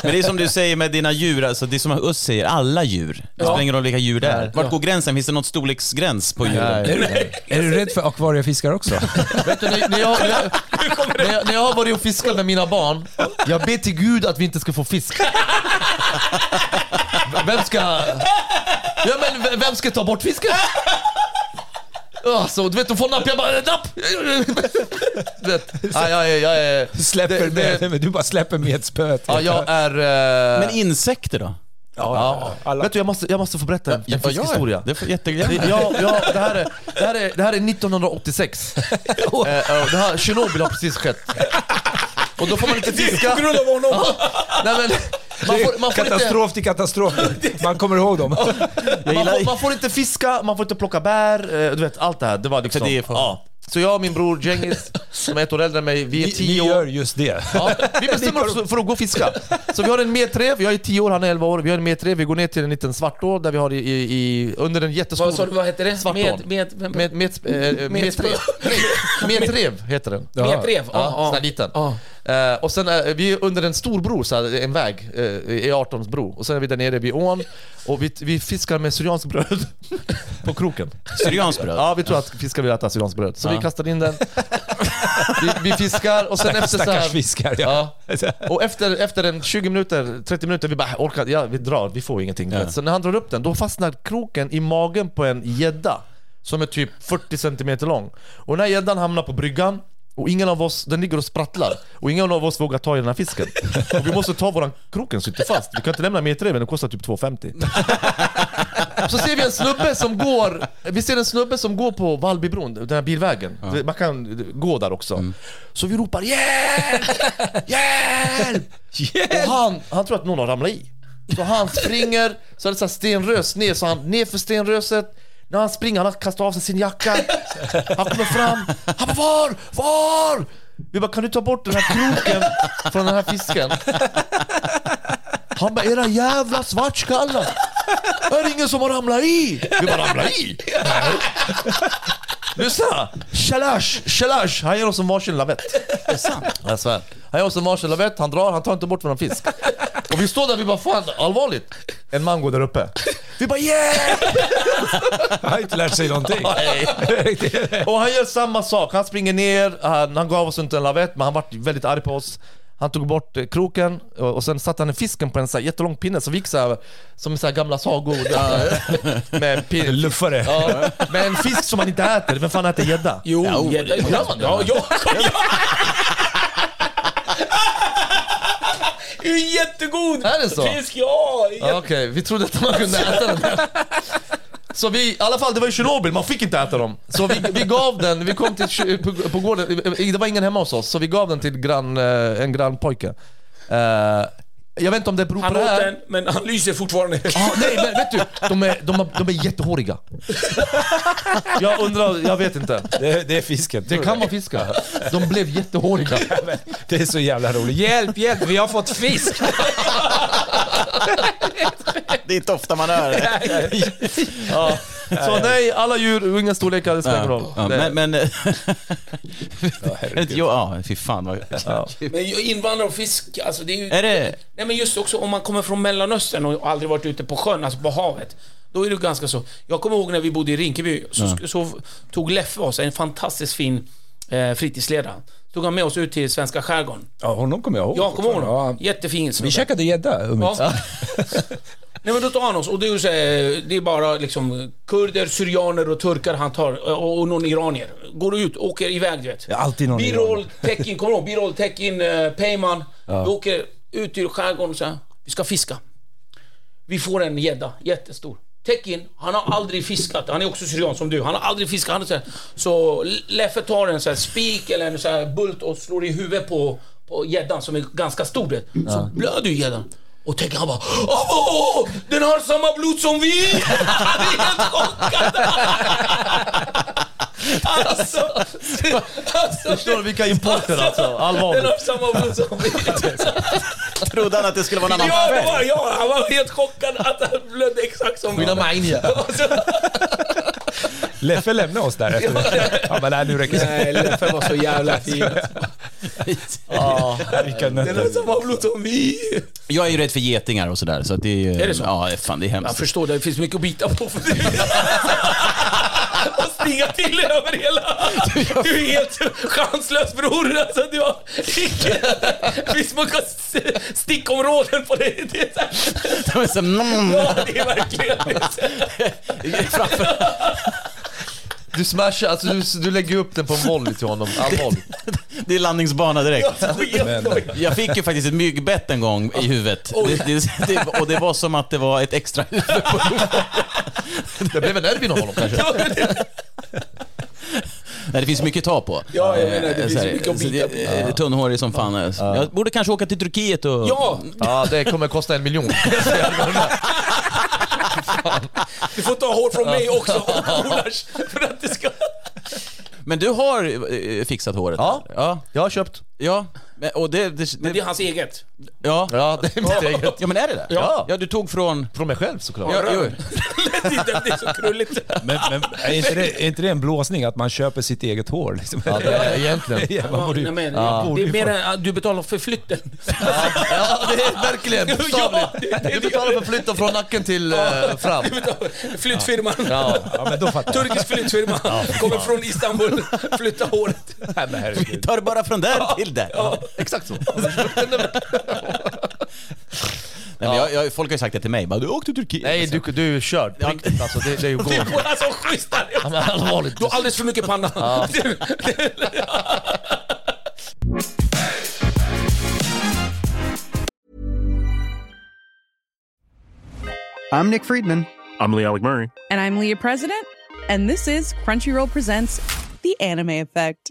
men det är som du säger med dina djur, alltså, det är som Özz säger, alla djur. Det spelar ingen roll vilka djur det är. Vart går gränsen? Finns det någon storleksgräns på djuren? Är, du, är du rädd för akvariefiskar också? Vet du, när, när, jag, när, jag, när, jag, när jag har varit och fiskat med mina barn, jag ber till gud att vi inte ska få fisk. Vem ska... Ja, men v- vem ska ta bort fisken? Ah, så, du vet, de får napp. Jag bara, napp! du vet. Ja, jag, är- jag är... Släpper det- det- med, du bara släpper med spöet. Ja, jag är... eh, Men insekter då? ja, alla- Vet du, jag måste, jag måste få berätta en, en fiskhistoria. Det får jättegärna. Ja, ja, det, här är, det, här är, det här är 1986. eh, och det här, Tjernobyl har precis skett. Och då får man inte fiska. På grund av honom. Nej, men, man, får, man, får inte, Katastrof till katastrof. Man kommer ihåg dem. man, gillar- får, man får inte fiska, man får inte plocka bär, eh, du vet allt det här. Det var liksom, För det är för- ja. Så jag och min bror Djengis, som är ett år äldre än mig, vi är Ni, ni tio år. gör just det. Ja, vi bestämmer oss för att gå och fiska. Så vi har en metrev, jag är 10 år, han är 11 år. Vi har en metrev, vi går ner till en liten svartå där vi har i, i, i under en jättestor... Vad sa du, vad heter det? Svartån. Med- med- vem- med, med, eh, eh, Med- metrev. metrev heter den. Ja. Metrev? Ja, sån Ja, här liten. ja. Eh, och sen är vi är under en stor bro, så här, en väg, eh, E18s bro. Och sen är vi där nere vid ån och vi, vi fiskar med syrianskt bröd på kroken. Syrianskt bröd? Ja, vi tror att fiskar vill äta syrianskt bröd. Så Ja. vi kastar in den, vi, vi fiskar och sen efter så Stackars här, fiskar. Ja. Ja. Och efter, efter en 20 minuter, 30 minuter, vi bara "Äh, orkar ja, vi drar, vi får ingenting. Ja. Så när han drar upp den, då fastnar kroken i magen på en gädda som är typ 40 centimeter lång. Och den här gäddan hamnar på bryggan och ingen av oss, den ligger och sprattlar och ingen av oss vågar ta i den här fisken. Och vi måste ta våran kroken sitter fast. Vi kan inte lämna metreven, den kostar typ 2,50. Så ser vi en snubbe som går, vi ser en snubbe som går på Vallbybron, den här bilvägen. Man kan gå där också. Så vi ropar 'Hjälp! Hjälp!' Och han, han tror att någon har ramlat i. Så han springer, så är det så här stenrös ner, så han ner för stenröset. När han springer, han har kastat av sig sin jacka. Han kommer fram. Han bara var? Var? Vi bara kan du ta bort den här kroken från den här fisken? Han bara era jävla svartskallar. Är det ingen som har ramlat i? Vi bara ramlat i? Lyssna! Shalash, shalash! Han ger oss en varsin lavett. Det är sant? Jag svär. Han ger oss en varsin lavett, han drar, han tar inte bort någon fisk. Och vi står där, vi bara fan allvarligt. En man går där uppe. Vi bara yeah! Han har inte lärt sig någonting. Och han gör samma sak, han springer ner, han, han gav oss inte en lavett men han var väldigt arg på oss. Han tog bort eh, kroken och och sen satte han fisken på en så här jättelång pinne så vi gick så här, som i så här gamla sagor. med, pin, Luffare. ja, med en fisk som man inte äter, vem fan äter gädda? Jo, gädda gör man det? Ja, ja, ja. Det är Jättegod! Är det så? Fisk, ja! Ja, Okej, vi trodde att man kunde äta den där. Så vi, i alla fall det var i Tjernobyl, man fick inte äta dem. Så vi, vi gav den, vi kom till, tj- på, på gården, det var ingen hemma hos oss, så vi gav den till grann, eh, en grannpojke. Eh, jag vet inte om det beror Han på det åt här. den, men han lyser fortfarande. Ah, nej men vet du, de är, de är, de är jättehåriga. Jag undrar, jag vet inte. Det, är- det är fisken. Det kan vara fiskar. De blev jättehåriga. Det är så jävla roligt. Hjälp, hjälp, vi har fått fisk! Det är inte ofta man är det. Ja. Så nej, alla djur och inga storlekar, det spelar ingen roll. Ja, Det- men... men jo, ja, fy fan vad... Men ju invandrare och fisk, alltså det är ju... Är det... Nej men just också om man kommer från Mellanöstern och aldrig varit ute på sjön, alltså på havet. Då är det ganska så. Jag kommer ihåg när vi bodde i Rinkeby, så, så tog Leffe oss, en fantastiskt fin eh, fritidsledare. Tog han med oss ut till svenska skärgården. Ja, honom kommer jag ihåg. Jag kommer ihåg Ja, honom. Jättefin snubbe. vi käkade gädda. Ja. Ja. Nej men då tar han oss och det är, ju så här, det är bara liksom kurder, syrianer och turkar han tar och, och någon iranier. Går ut, åker iväg du vet. Ja, alltid någon Birol, iranier. Tekin, kommer du ihåg? Birol, Tekin, eh, Peyman. Vi åker ut i skärgården och så här, vi ska fiska. Vi får en gädda, jättestor. Tekin, han har aldrig fiskat. Han är också syrian som du. Han har aldrig fiskat. Han är så, här, så Leffe tar en så här spik eller en så här bult och slår i huvudet på på gäddan som är ganska stor. du vet. Så blöder ju gäddan. Och Tekin han bara åh, åh, åh, den har samma blod som vi! Han är helt chockad! Alltså, alltså, Förstår du vilka importer alltså? Allvarligt. Den har samma blod som vi. Trodde han att det skulle vara en Ja, det var jag. Han var helt chockad att han blödde exakt som Mina manier. Leffe lämnade oss där efter det. Han bara, nej nu räcker det. Nej, Leffe var så jävla fin. Vilka Den har nötter. samma blod som vi. Jag är ju rädd för getingar och sådär, så att det är ju... Är det så? Ja, fan det är Jag hemskt. förstår, det finns mycket att bita på för dig. Och stinga till över hela... Du är helt chanslös bror. Alltså, du har icke... Det finns många st- stickområden på dig. Det är, så här, Det var så, mm. ja, det är verkligen... Framför- Du smashar, alltså du, du lägger upp den på en volley till honom. Allvarligt. Det är landningsbana direkt. Men, Jag fick ju faktiskt ett myggbett en gång i huvudet. Det, det, det, och det var som att det var ett extra huvud. Det blev en Edvin av honom kanske. Nej, det finns mycket att ta på. Ja, jag menar, det Eh, finns så här, mycket att så bita det- eh, Tunnhårig som fan. eh. Jag borde kanske åka till Turkiet och... Ja, Ja, det kommer kosta en miljon. du får ta hår från mig också och Olash, för att det ska... Men du har eh, fixat håret? Ja. Ja. Jag har köpt. ja. Men, och det, det, Men det är hans eget. ja. Ja, det är mitt eget. ja, men är det det? Ja. ja du tog från... Från mig själv såklart. Ja, jo. Lätt inte, det är så krulligt. men, men är, inte det, är inte det en blåsning att man köper sitt eget hår? Liksom? Ja, det är egentligen. Ja, man Ja, borde ju- nej, men, Det borde ju är få- mer än att du betalar för flytten. Ja, det är verkligen bokstavligt. Du betalar för flytten från nacken till eh, fram. Flyttfirman. Ja. Ja, men då fattar jag. Turkisk flyttfirma. Kommer från Istanbul. Flytta håret. Nej, men herregud. Tar det bara från där till där. Exakt så. Nej, men jag, jag, folk har ju sagt det till mig. Bara, du åkte till Turkiet. Nej, du, du är körd. På riktigt alltså. Det, det går Det inte. är bara så schysst där. Ja, men Allvarligt. Du har alldeles för mycket panna. I'm Nick Friedman. I'm Lee Alec Murray. And I'm Leah President, and this is Crunchyroll Presents The Anime Effect.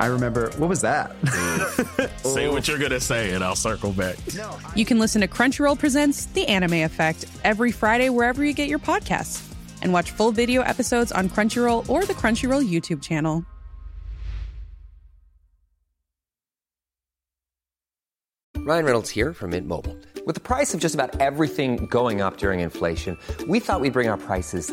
I remember, what was that? Say what you're going to say, and I'll circle back. you can listen to Crunchyroll Presents The Anime Effect every Friday wherever you get your podcasts. And watch full video episodes on Crunchyroll or the Crunchyroll YouTube channel. Ryan Reynolds here from Mint Mobile. With the price of just about everything going up during inflation, we thought we'd bring our prices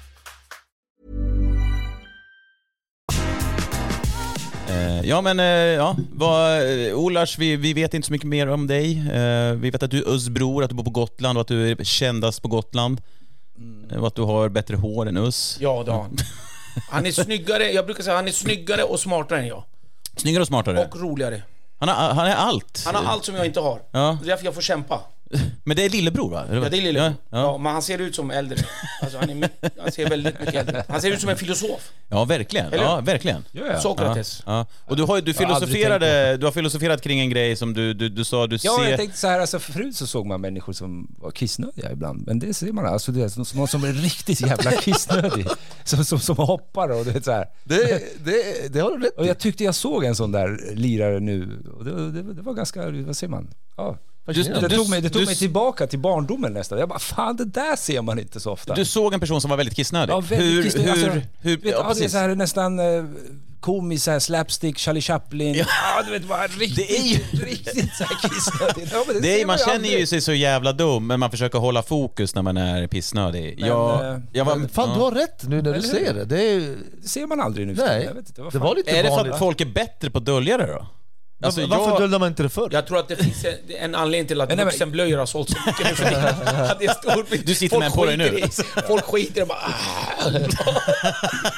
Eh, Ja men eh, ja, vad, eh, Olars, vi, vi vet inte så mycket mer om dig. Eh, Vi vet att du är Ösbror, att du bor på Gotland och att du är kändast på Gotland. Mm. Eh, Och att du har bättre hår än Öss. Ja, det har han. Han är snyggare, jag brukar säga han är snyggare och smartare än jag. Snyggare och smartare. Och roligare. Han, har, han är allt. Han har allt som jag inte har. Ja. Det är därför jag får kämpa. Men det är lillebror va? Ja, det är lille. Ja, Ja, ja. men han ser ut som äldre. Alltså, han, är, my- han ser väldigt mycket äldre ut. Han ser ut som en filosof. ja verkligen. Eller? Ja, verkligen. Sokrates. Ja. Och du har, ju- du, har aldrig filosoferade, du har filosoferat kring en grej som du, du, du sa du Ja, ser... jag tänkte så här, alltså förut så såg man människor som var kissnödiga ibland, men det ser man alltså, det är som- någon som är riktigt jävla kissnödig, som, som, som hoppar och det är så här. Det, det, det har du rätt Och jag tyckte jag såg en sån där lirare nu, och det, det, det var ganska, vad säger man? Ja. Fascinerande. det tog, mig, det tog Du- mig tillbaka till barndomen nästan. Jag bara, fan det där ser man inte så ofta. Du såg en person som var väldigt kissnödig. ja, väldigt hur, kissnödig. hur, Alltså, hur, vet, du, ja, ja, det är precis. så här nästan eh, komiskt, så här, slapstick, Charlie Chaplin. Ja, du vet, bara riktigt, Det är ju- riktigt så här kissnödigt. Ja, men Det ser är, man känner aldrig. ju sig så jävla dum, men man försöker hålla fokus när man är pissnödig. Men, jag, eh, jag var, Fan du ja. har rätt nu när du Eller hur? säger det. Det, är, Det ser man aldrig nu för tiden. nej, Jag vet inte, vad det fan. var lite Är det för vanligt. att folk är bättre på att dölja det då? Alltså, Varför varför jag- dolde man inte det förr? Jag tror att det finns en, en anledning till att Nej, nej, men- vuxenblöjor har sålt så mycket nu för tiden. Att det är stor- Du sitter folk med en på dig nu. skiter I, folk skiter i bara... "Ah."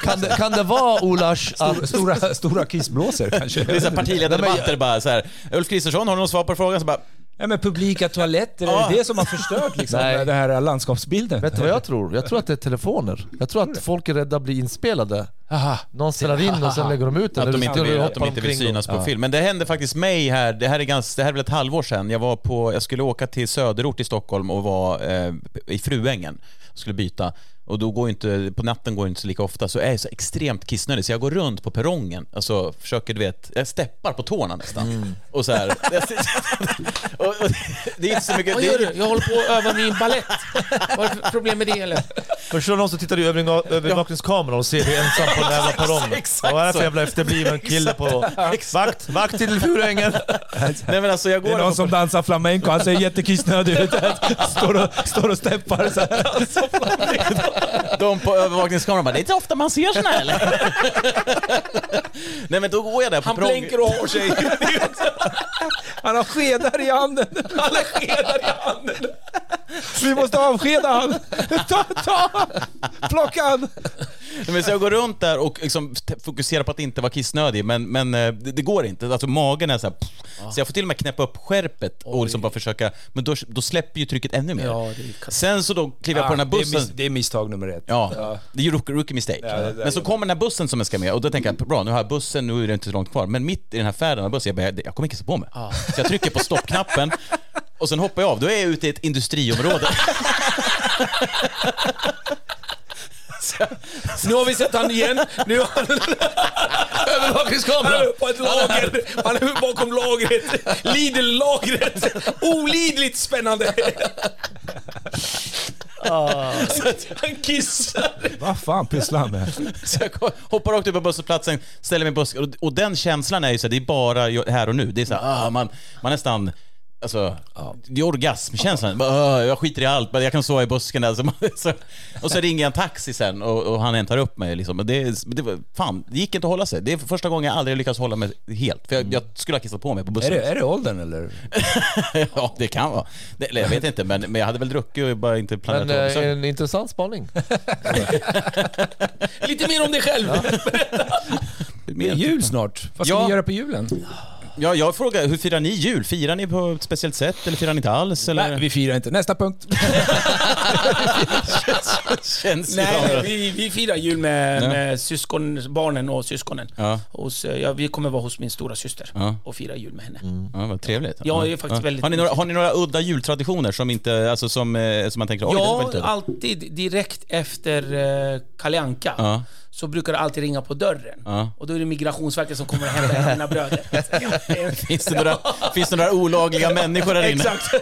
Kan, det, kan det vara Olars att... Stora, stora kissblåsor kanske. Det är så här partiledardebatter bara så här. Ulf Kristersson, har du något svar på frågan? Så bara, Ja, men publika toaletter, är det det som har förstört liksom, Nej. den här landskapsbilden? Vet du vad jag tror? Jag tror att det är telefoner. Jag tror att folk är rädda att bli inspelade. Aha. Någon spelar in och sen lägger de ut den. Att de Eller inte, spelar vill, och att de hoppar inte vill omkring synas då. på Ja. film. Men det hände faktiskt mig här, det här är, ganska, det här är väl ett halvår sedan. Jag, var på, jag skulle åka till söderort i Stockholm och var eh, i Fruängen. Jag skulle byta. Och då går ju inte, på natten går det inte så lika ofta, så jag är så extremt kissnödig så jag går runt på perrongen, alltså försöker du vet, jag steppar på tårna nästan. Och så här, och, och, det är inte så mycket... Vad det är- gör du? Jag håller på att öva min balett. Vad är det för problem med det eller? Förstår någon som tittar i övning- övervakningskameran och ser dig ensam på den jävla perrongen. Exakt Vad är det så. för jävla efterbliven kille på... Exakt. Vakt, vakt till Furuängen! Nej men alltså jag går... Det är någon som dansar flamenco, han ser jättekissnödig ut. Står och, står och steppar så här. Alltså, De på övervakningskameran bara, det är inte ofta man ser såna här eller? Nej men då går jag där på Han perrongen. blänker och har sig. Han har skedar i handen. Alla skedar i handen. Vi måste avskeda han. Ta, ta! Plocka han! Nej, Men så jag går runt där och liksom t- fokuserar på att inte vara kissnödig, men, men eh, det, det går inte. Alltså magen är så här, pff. Så jag får till och med knäppa upp skärpet och liksom bara försöka, men då, då släpper ju trycket ännu mer. Ja, det är katastrof. Sen så då kliver jag på den här Ah, Det är, bussen. mis- det är misstag nummer ett. Ja, det är ju rookie, rookie mistake. det där men så kommer den här bussen som jag ska med och då tänker jag, bra nu har jag bussen, nu är det inte så långt kvar. Men mitt i den här färden av bussen, jag, bara, jag kommer kissa på mig. Så jag trycker på stoppknappen och sen hoppar jag av. Då är jag ute i ett industriområde. Nu har vi sett han igen. Nu har han... Övervakningskameran. På ett lager. Han är bakom lagret. Lidl-lagret. Olidligt spännande. Ah. Han kissar. Vad fan pysslar han med? Så jag kom- hoppar rakt upp på busshållplatsen, ställer mig i bussen och, och den känslan är ju så här, det är bara ju- här och nu. Det är så här, ah, man, man nästan Alltså, det är orgasmkänslan. Bara, "Åh, Jag skiter i allt, bara jag kan sova i busken där. Så man, så, och så ringer jag en taxi sen och, och han hämtar upp mig. Liksom. Och Det, det, var- fan, det gick inte att hålla sig. Det är första gången jag aldrig lyckats hålla mig helt. För jag, jag skulle ha kissat på mig på Mm. Är bussen. det, är det åldern eller? ja, det kan vara. Det, eller jag vet inte, men, men jag hade väl druckit och bara inte planerat Men eh, att- en intressant spaning. Lite mer om dig själv. Det är jul snart. Vad ska Ja. vi göra på julen? typ- Ja, jag frågar, hur firar ni jul? Firar ni på ett speciellt sätt eller firar ni inte alls? Eller? Nej, vi firar inte. Nästa punkt. känns Nej, ju- nej, vi, vi firar jul med, med syskon, barnen och syskonen. Ja. Hos, eh, ja, vi kommer vara hos min stora syster Ja. Mm. och fira jul med henne. Ja, vad trevligt. Ja, det är faktiskt väldigt har, ni några, har ni några udda jultraditioner som, inte, alltså som, eh, som man tänker, oj, det var Ja, väldigt udda." alltid direkt efter eh, Kalle Anka Ja. så brukar det alltid ringa på dörren. Ja. Och då är det Migrationsverket som kommer och hämtar mina bröder. Finns det, några, finns det några olagliga människor här inne? Exakt.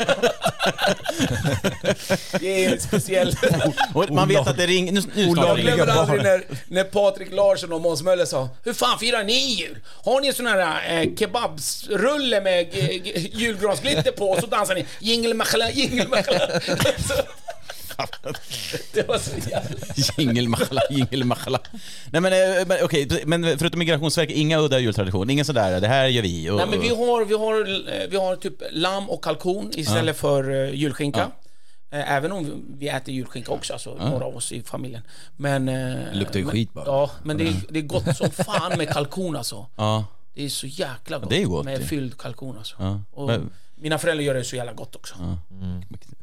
det är speciellt. Och man vet att det ringer... Nu, nu snart Jag ringer glömmer det. aldrig när, när Patrik Larsson och Måns Möller sa Hur fan firar ni jul? Har ni en sån här eh, kebabsrulle med g- g- julgransglitter på och så dansar ni jingle machla, jingle machla. Så- Det var så jävla... Jingelmachla, jingelmachla. Nej men, eh, men okej, men förutom Migrationsverket, inga udda jultraditioner? Ingen sådär, det här gör vi? Och, Nej men vi har, vi har, eh, vi har typ lamm och kalkon istället för eh, julskinka. Eh, Även om vi äter julskinka också, alltså några av oss i familjen. Men... Det luktar ju men, skit bara. Ja, men det är, det är gott som fan med kalkon alltså. Ja. Det är så jäkla gott, det är ju gott, med det. fylld kalkon alltså. Ja, Eh, Och men- Mina föräldrar gör det så jävla gott också.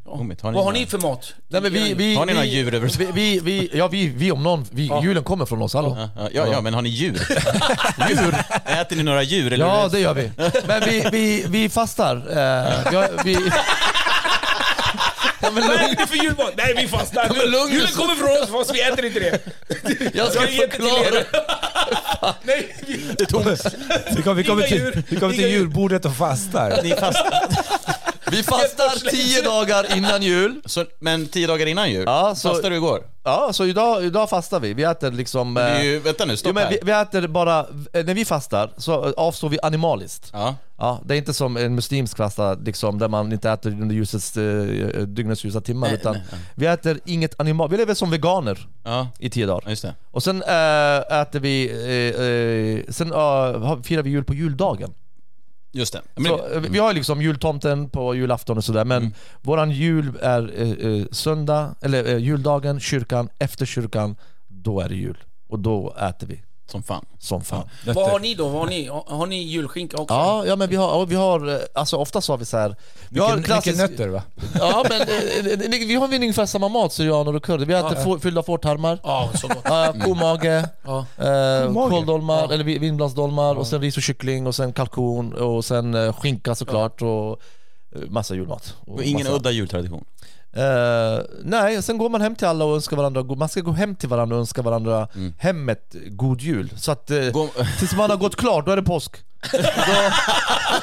Kommit, Vad har några- ni för mat? Nej, men vi, vi, Har ni några vi- djur över- vi, vi, vi, Ja, vi, vi om någon. Vi, Julen kommer från oss, hallå. Ja, ja, ja, men har ni djur? djur? Äter ni några djur? Eller Ja, det gör vi. Men vi, vi, vi fastar. Eh, jag, vi... Ja, men Vad lugn. äter ni för julmat? Nej vi fastar! men lugn. Julen kommer från oss fast vi äter inte det. Jag ska har gett det till er. Nej, vi... Det är tomt. Vi kommer, vi kommer Inga till, djur. vi kommer till Inga djur. julbordet och fastar. Ni fast, Vi fastar tio dagar innan jul. så, men tio dagar innan jul? Ja, så- Fastade du igår? Ja, så idag, idag fastar vi. Vi äter liksom... Det är eh, ju, vänta nu, Jo, stopp men här. vi, vi äter bara, eh, när vi fastar så eh, avstår vi animaliskt. Ja. Ja, det är inte som en muslimsk fasta liksom, där man inte äter under ljusets, eh, dygnets ljusa timmar utan vi äter inget animal. Vi lever som veganer Ja. i tio Ja, dagar. Just det. Och sen eh, äter vi, eh, eh, sen eh, har- firar vi jul på juldagen. Just det. Men, Mm. Så, eh, vi har ju liksom jultomten på julafton och sådär men våran jul är eh, eh, söndag, eller eh, juldagen, kyrkan, efter kyrkan, då är det jul. Och då äter vi. Som fan. Som fan. Vad har ni då? Vad har ni? Har har ni julskinka också? Ja, ja men vi har, vi har, eh, alltså oftast har vi så här... Alltså. Vi har en Mycket- mycket klassisk- nötter, va? Ja men eh, eh, vi har väl ungefär samma mat syrianer och kurder. Vi äter Ja, ja. få- fyllda fårtarmar, Ja, så gott. ja, komage, Ja. eh, Komage? kåldolmar, eller vi- vindblandsdolmar och sen ris och kyckling och sen kalkon och sen eh, skinka såklart och eh, massa julmat. Och ingen massa- udda jultradition. Eh, nej, och sen går man hem till alla och önskar varandra god- Man ska gå hem till varandra och önska varandra Mm. hemmet god jul. Så att eh, tills man har gått klart, då är det påsk.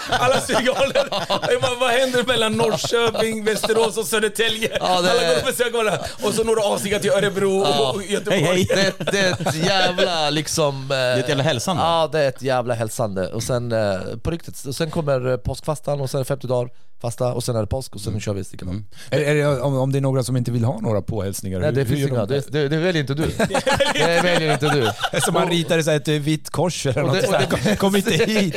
Alla syrianer. Jag bara, Vad händer mellan Norrköping, Västerås och Södertälje? Ja, det- Alla går upp och söker varandra. Och så några avstickare till Örebro Ja. och Göteborg. Det, det är ett jävla liksom... Det är ett jävla hälsande. Ja, det är ett jävla hälsande. Och sen, eh, på riktigt, och sen kommer eh, påskfastan och sen är det 50 dagar fasta och sen är det påsk och sen kör vi stickan. Är, är det, om, om det är några som inte vill ha några påhälsningar, Nej, det hur- hur finns gör de inga. där? Det, det, det väljer inte du. det väljer inte du. Som man ritar så här ett eh, vitt kors eller Och något det- och sånt. det- Kom, kom inte hit!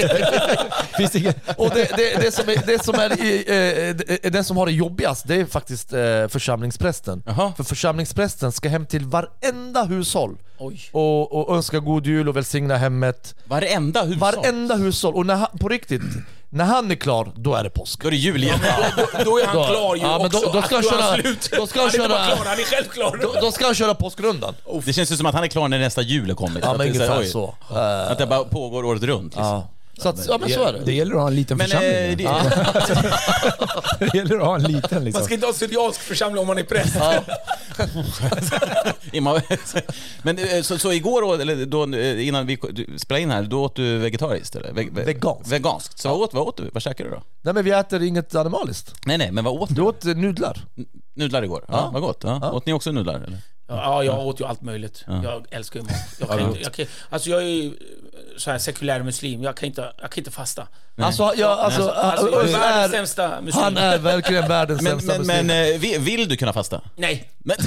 Finns det inga... Och det, det, det som är, det som är eh, eh, det- den som har det jobbigast, det är faktiskt eh, församlingsprästen. För församlingsprästen ska hem till varenda hushåll och, och önska god jul och välsigna hemmet. Varenda hushåll? Varenda hushåll. Och när han, på riktigt, när han är klar, då är det påsk. Då är det jul igen. Då är han Då- klar ju ja, men då- också. då ska att då han är han köra- slut. då ska han han är inte bara köra- klar, han är själv klar. Då, då ska han köra påskrundan. Det känns ju som att han är klar när nästa jul har kommit. Ja, Att men det är här, ungefär oj. så. Att det bara pågår året runt. Liksom. Så att, ja men så är det. Det gäller att ha en liten Men, församling. eh, det- ja. det gäller att ha en liten Man liksom. ska inte ha syriansk församling om man är präst. Imam- Men eh, så, så igår, då, eller då, eh, innan vi ko- du- spelade in här, då åt du vegetariskt? Eller? Ve- ve- Veganskt. Veganskt. Så vad åt, vad åt du? Vad käkade du då? Nej men vi äter inget animaliskt. Nej, nej, men vad åt du? Du åt eh, nudlar. Nudlar igår. Ja, Ja. Vad gott. Ja. Ja. Åt ni också nudlar? Eller? Ja, jag åt ju allt möjligt. Ja. Jag älskar ju mat. Jag, Ja, det kan är inte, jag, kan, alltså jag är ju så här sekulär muslim. Jag kan inte, jag kan inte fasta. Alltså, jag, alltså, Alltså, alltså, jag är han världens är- sämsta muslim. Han är verkligen världens Men, sämsta men, muslim. men eh, vi- vill du kunna fasta? Nej. Men-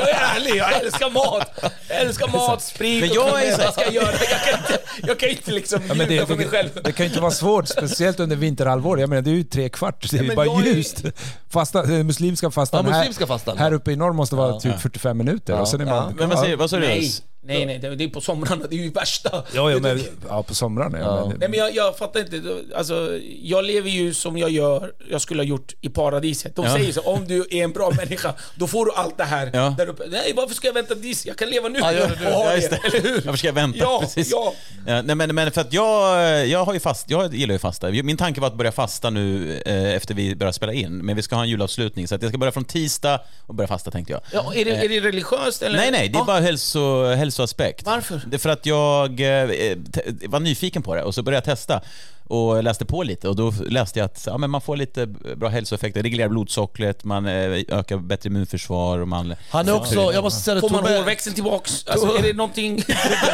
jag är ärlig, jag älskar mat. Jag älskar mat, sprit Men jag och är så- jag ska göra det. Jag kan inte, jag kan inte liksom Ja, ljuga men det, för mig själv. det, det kan ju inte vara svårt, speciellt under vinterhalvåret. Jag menar, det är ju tre kvart, det är Ja, men bara jag är- ljust. Fasta, eh, muslimska fastan, Ja, muslimska fastan. Här, här uppe i norr måste vara Ja. typ 45 minuter. Och sen är man, Men vad säger, vad säger du? Nej, Jens? nej, nej, det det är på somrarna. Det är ju värsta. Ja, ja, men, ja på somrarna. Ja. men- Nej men jag, jag fattar inte. Alltså, jag lever ju som jag gör, jag skulle ha gjort i paradiset. De Ja. säger så, om du är en bra människa, då får du allt det här Ja. där uppe. Nej, varför ska jag vänta tills? Jag kan leva nu Ja, gör det nu. och ha Ja, det, just det. eller hur? Varför ska jag vänta? Ja, Precis. ja. Ja, nej, men, men för att jag, jag, har ju fast, jag gillar ju fasta. Min tanke var att börja fasta nu eh, efter vi börjar spela in, men vi ska ha en julavslutning, så att jag ska börja från tisdag och börja fasta tänkte jag. Ja, är, det, är det religiöst eller? Nej, nej, det är Ja. bara hälso, hälsoaspekt. Varför? Det är för att jag eh, te- var nyfiken på det och så började jag testa och läste på lite och då läste jag att ja, men man får lite bra hälsoeffekter, reglerar blodsockret, man eh, ökar bättre immunförsvar och man... Han är också, jag måste säga det, Får man Tobbe- hårväxten tillbaks? Alltså, är det någonting...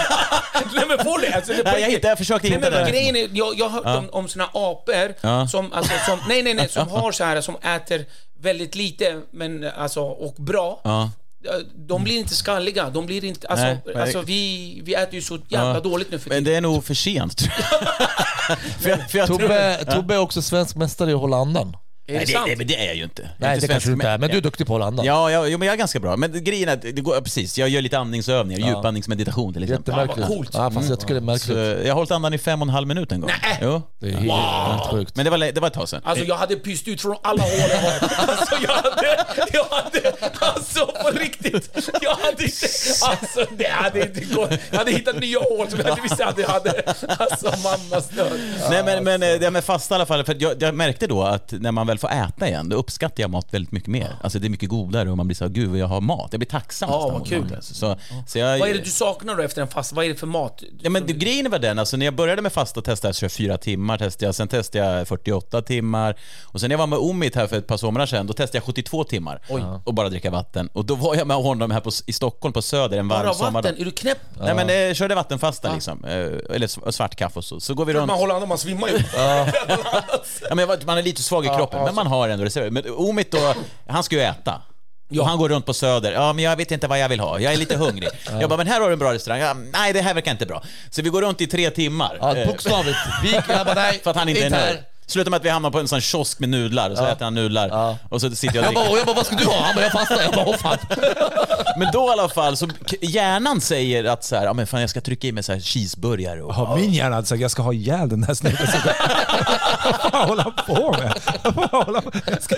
Nej men får det? Alltså, det är på Nej, jag riktigt. hittade- jag försökte nej, hitta men det. Grejen är, jag, jag har hört Ja. om, om såna apor Ja. som, alltså, som, nej, nej, nej, som har så här, som äter väldigt lite men, alltså, och bra. Ja. De blir inte skalliga, de blir inte... Alltså, Nej, men- alltså vi, vi äter ju så jävla Ja. dåligt nu för Men tiden. det är nog för sent tror jag. för jag, för jag Tobbe, tror, Tobbe är också svensk mästare i att hålla andan. Är det Nej, sant? det, men det är jag ju inte. Jag är Nej inte det kanske du inte är, men du är Ja. duktig på att hålla andan. Ja, ja, jo, men jag är ganska bra. Men grejen är att det går, ja, precis, jag gör lite andningsövningar, djupandningsmeditation till exempel. Jättemärkligt. vad coolt. Mm. Ja, fast jag tycker det är Så, eh, märkligt. jag har hållit andan i fem och en halv minut en gång. Nej. Jo. Det är helt helt sjukt. Men det var, le- det var ett tag sedan. Alltså jag hade pyst ut från alla hål jag har. Alltså jag hade, jag hade, alltså på riktigt. Jag hade inte, alltså det hade inte gått. Jag hade hittat nya hål som jag inte visste att jag hade. Alltså mammas död. Nej men, men alltså. eh, det här med fasta i alla fall, för att jag, jag märkte då att när man väl får äta igen, då uppskattar jag mat väldigt mycket mer. Alltså det är mycket godare och man blir så här, gud vad jag har mat. Jag blir tacksam Ja, nästan vad mot kul. maten. Så, så, så jag, Vad är det du saknar då efter en fast? Vad är det för mat? Ja, men det, grejen var den, alltså, när jag började med fasta testade jag 24 timmar, testade jag, sen testade jag 48 timmar. Och sen när jag var med Omid här för ett par somrar sedan, då testade jag 72 timmar och bara dricka vatten. Och då var jag med honom här på, i Stockholm på Söder en varm Bara sommardag. vatten? Är du knäpp? Nej men eh, körde vattenfasta liksom, eh, eller s- svart kaffe och så. Så går vi runt. Man håller andan, man svimmar ju. Ja, men jag var- man är lite svag i kroppen, men man har ändå reserver. Men Omit då, han ska ju äta. Och han går runt på Söder. Ja, men jag vet inte vad jag vill ha. Jag är lite hungrig. Jag bara, men här har du en bra restaurang. Ja, nej, det här verkar inte bra. Så vi går runt i tre timmar. Ja, Eh, bokstavligt. Vi gick, jag bara, nej, För att han inte är här. nöjd. Slutar med att vi hamnar på en sån kiosk med nudlar, och så äter han nudlar. Och så sitter jag Jag och bara, dricker. och jag bara, vad ska du ha? Han bara, jag fastar. Jag bara, åh fan. Men då i alla fall, så k- hjärnan säger att så här, ja men fan jag ska trycka i mig så här cheeseburgare och... Har min hjärna sagt jag ska ha ihjäl den här snubben. Så Vad fan håller han på med? Vad fan håller han på med? Ska,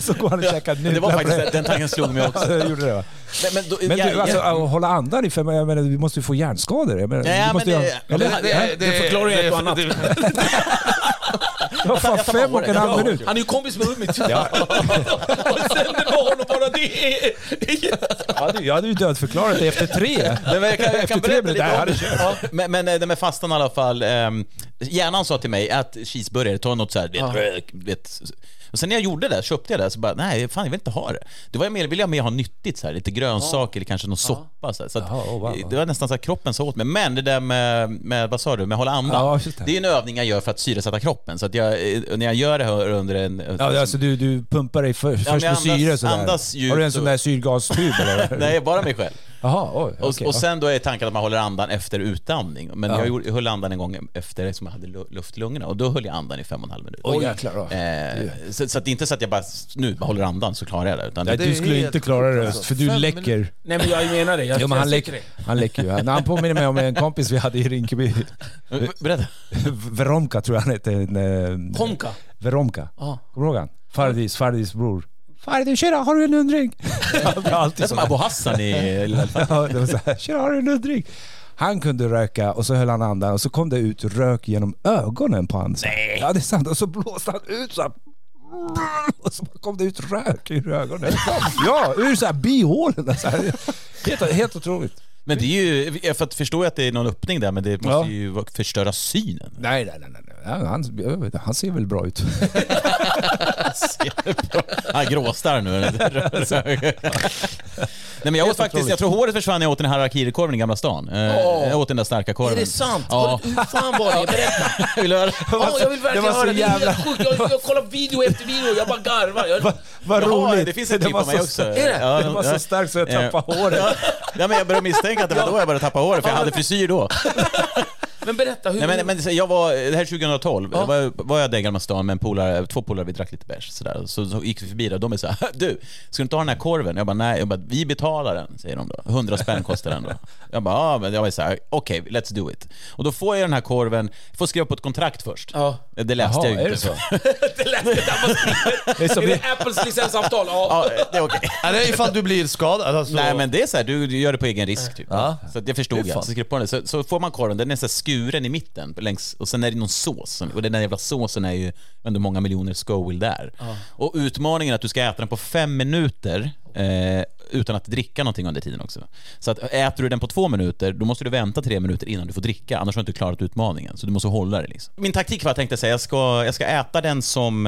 Så går han och käkar Men det nudlar. var på faktiskt, det. den tanken slog mig också. Ja, det gjorde det va? Nej, men då, Men jag- du, alltså, jag- att hålla andan i fem... Jag menar, vi måste ju få hjärnskador. Jag menar, Ja, vi men måste ju det- ha- ja, eller? men det- det- Det förklarar ju ett och annat. Det var fan fem och en halv minut. Han är ju kompis med Umit. Och sen det var honom bara det. är- Jag hade, jag hade ju dödförklarat det efter tre. Nej, men jag kan, jag efter kan tre berätta minuter. Nej, lite jag om hade det. kört. Ja, men, men eh, det med fastan i alla fall. ehm, hjärnan sa till mig att cheeseburgare, ta något så här, vet, rök, vet. Och sen när jag gjorde det, köpte jag det, så bara, nej, fan jag vill inte ha det. Då var jag mer, ville jag mer ha nyttigt, så här, lite grönsaker, eller kanske någon soppa. Så här. Så att, oh, eh, Det var nästan så att kroppen sa åt mig. Men det där med, med vad sa du, med att hålla andan. Ja, just det. det. är en övning jag gör för att syresätta kroppen. Så att jag, eh, när jag gör det här under en... Ja, alltså du, du pumpar dig för, först men med jag syre andas- sådär. andas djupt Har du en sån och- där syrgastub eller? nej, bara mig själv. Jaha, oj. Och, okej, och ja. sen då är tanken att man håller andan efter utandning. Men Ja. jag, gjorde, jag höll andan en gång efter som jag hade lu- luft i lungorna och då höll jag andan i fem och en halv minut. Oj, jäklar, ja. Eh, så, så att det är inte så att jag bara s- nu bara håller andan så klarar jag det. Utan Nej, du skulle inte klara det, för du läcker. Nej men jag menar det. Jag, Jo, men han, jag läcker, tycker han läcker ju. Han, han påminner mig om en kompis vi hade i Rinkeby. Berätta. Veronka tror jag han hette. En, eh, det. Honka. Veronka. Ja. Kommer du ihåg han? Fardis, Fardis bror. Fardi, tjena, har du en undring? Alltid- Det är alltid som sådär. Abu Hassan i Lilla Elefanten. Ja, det var så här, tjena, har du en undring? Han kunde röka och så höll han andan och så kom det ut rök genom ögonen på honom. Nej. Ja, det är sant. Och så blåste han ut så här. Och så bara kom det ut rök ur ögonen. Ja, ur så här bihålorna. Så här. Helt, helt otroligt. Men det är ju, jag för- förstår ju att det är någon öppning där men det måste Ja. ju vara- förstöra synen. Nej, nej, nej. nej, nej. Ja, Han, jag vet inte, han ser väl bra ut. Han gråstarr nu. Nej men jag åt faktiskt, jag tror håret försvann när jag åt den här harakirikorven i Gamla stan. Eh, Åh. Jag åt den där starka Är korven. det sant? Ja. Var det- Hur fan var det? Berätta. Vill du höra? Ja, jag vill verkligen det var så höra. Det är jävla- helt sjukt. Jag, jag kollar video efter video jag bara garvar. Jag, Vad Jaha, roligt. det finns en Det klipp var på mig så också. starkt. Är det? Ja, Det var ja. så starkt så jag Ja. tappade håret. Ja, men jag började misstänka att det var då jag började tappa håret, för jag hade frisyr då. men berätta. Hur, Nej, men, men jag var, det här är 2012, då var, var jag där i Gamla stan med en polare, två polare, vi drack lite bärs sådär. Så, så gick vi förbi där och de är såhär, du, ska du inte ha den här korven? Jag bara, nej, jag bara, vi betalar den, säger de då. 100 spänn kostar den då. Jag bara, ja, men jag var såhär, okej, let's do it. Och då får jag den här korven, får skriva på ett kontrakt först. Ja. Det läste Jaha, jag ju är det inte. så? det lät det där man Det är skriver. som Är vi- det Apples licensavtal? Ja. Ja, det är okej. Ja, det är ifall du blir skadad. Alltså, Nej men det är så här, du, du gör det på egen risk typ. Ja. Så att jag förstod Det är jag. fan. Så, skrev på den. Så, så får man korven, den är så här skuren i mitten längs, och sen är det någon sås. som- Och den där jävla såsen är ju, jag vet inte hur många miljoner Scoville där. Och utmaningen är att du ska äta den på fem minuter eh, utan att dricka någonting under tiden också. Så att äter du den på två minuter, då måste du vänta tre minuter innan du får dricka, annars har du inte klarat utmaningen. Så du måste hålla det liksom. Min taktik var att jag tänkte säga, jag ska, jag ska äta den som,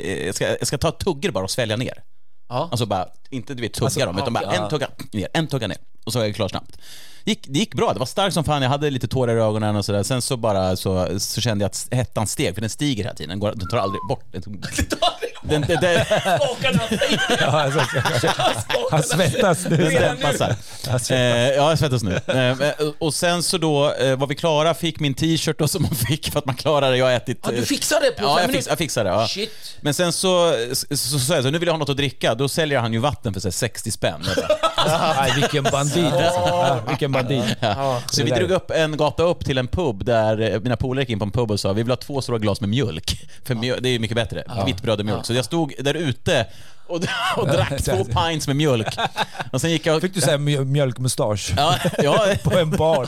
eh, jag, ska, jag ska ta tuggor bara och svälja ner. Ja. Alltså, Alltså bara, inte du vet tugga dem, utan bara en tugga ner, en tugga ner. Och så är jag klar snabbt. Gick, det gick bra, det var starkt som fan, jag hade lite tårar i ögonen och sådär. Sen så bara så, så kände jag att hettan steg, för den stiger hela tiden. Den, går, den tar aldrig bort. Den, den, den, den, Skakarna säger Ja, alltså, han svettas nu. den dämpas här. Eh, ja, jag svettas nu. Eh, och sen så då eh, var vi klara, fick min t-shirt då som man fick för att man klarade, jag har ätit... Ja, du eh, fixade det på Ja, fem jag, fix, minuter. jag fixade det. Ja. Shit. Men sen så så- så sa jag så, nu vill jag ha något att dricka. Då säljer han ju vatten för så här, 60 spänn. Jag bara, Nej, vilken bandit alltså. Ja, vilken bandit. Ja. Så vi Det där- drog upp en gata upp till en pub där eh, mina polare gick in på en pub och sa vi vill ha två stora glas med mjölk. För mjöl, det är ju mycket bättre. Vitt bröd och mjölk. Så jag stod där ute och, och drack två pints med mjölk. Och sen gick jag... Fick du säga mjölkmustasch? Ja, ja. På en bar.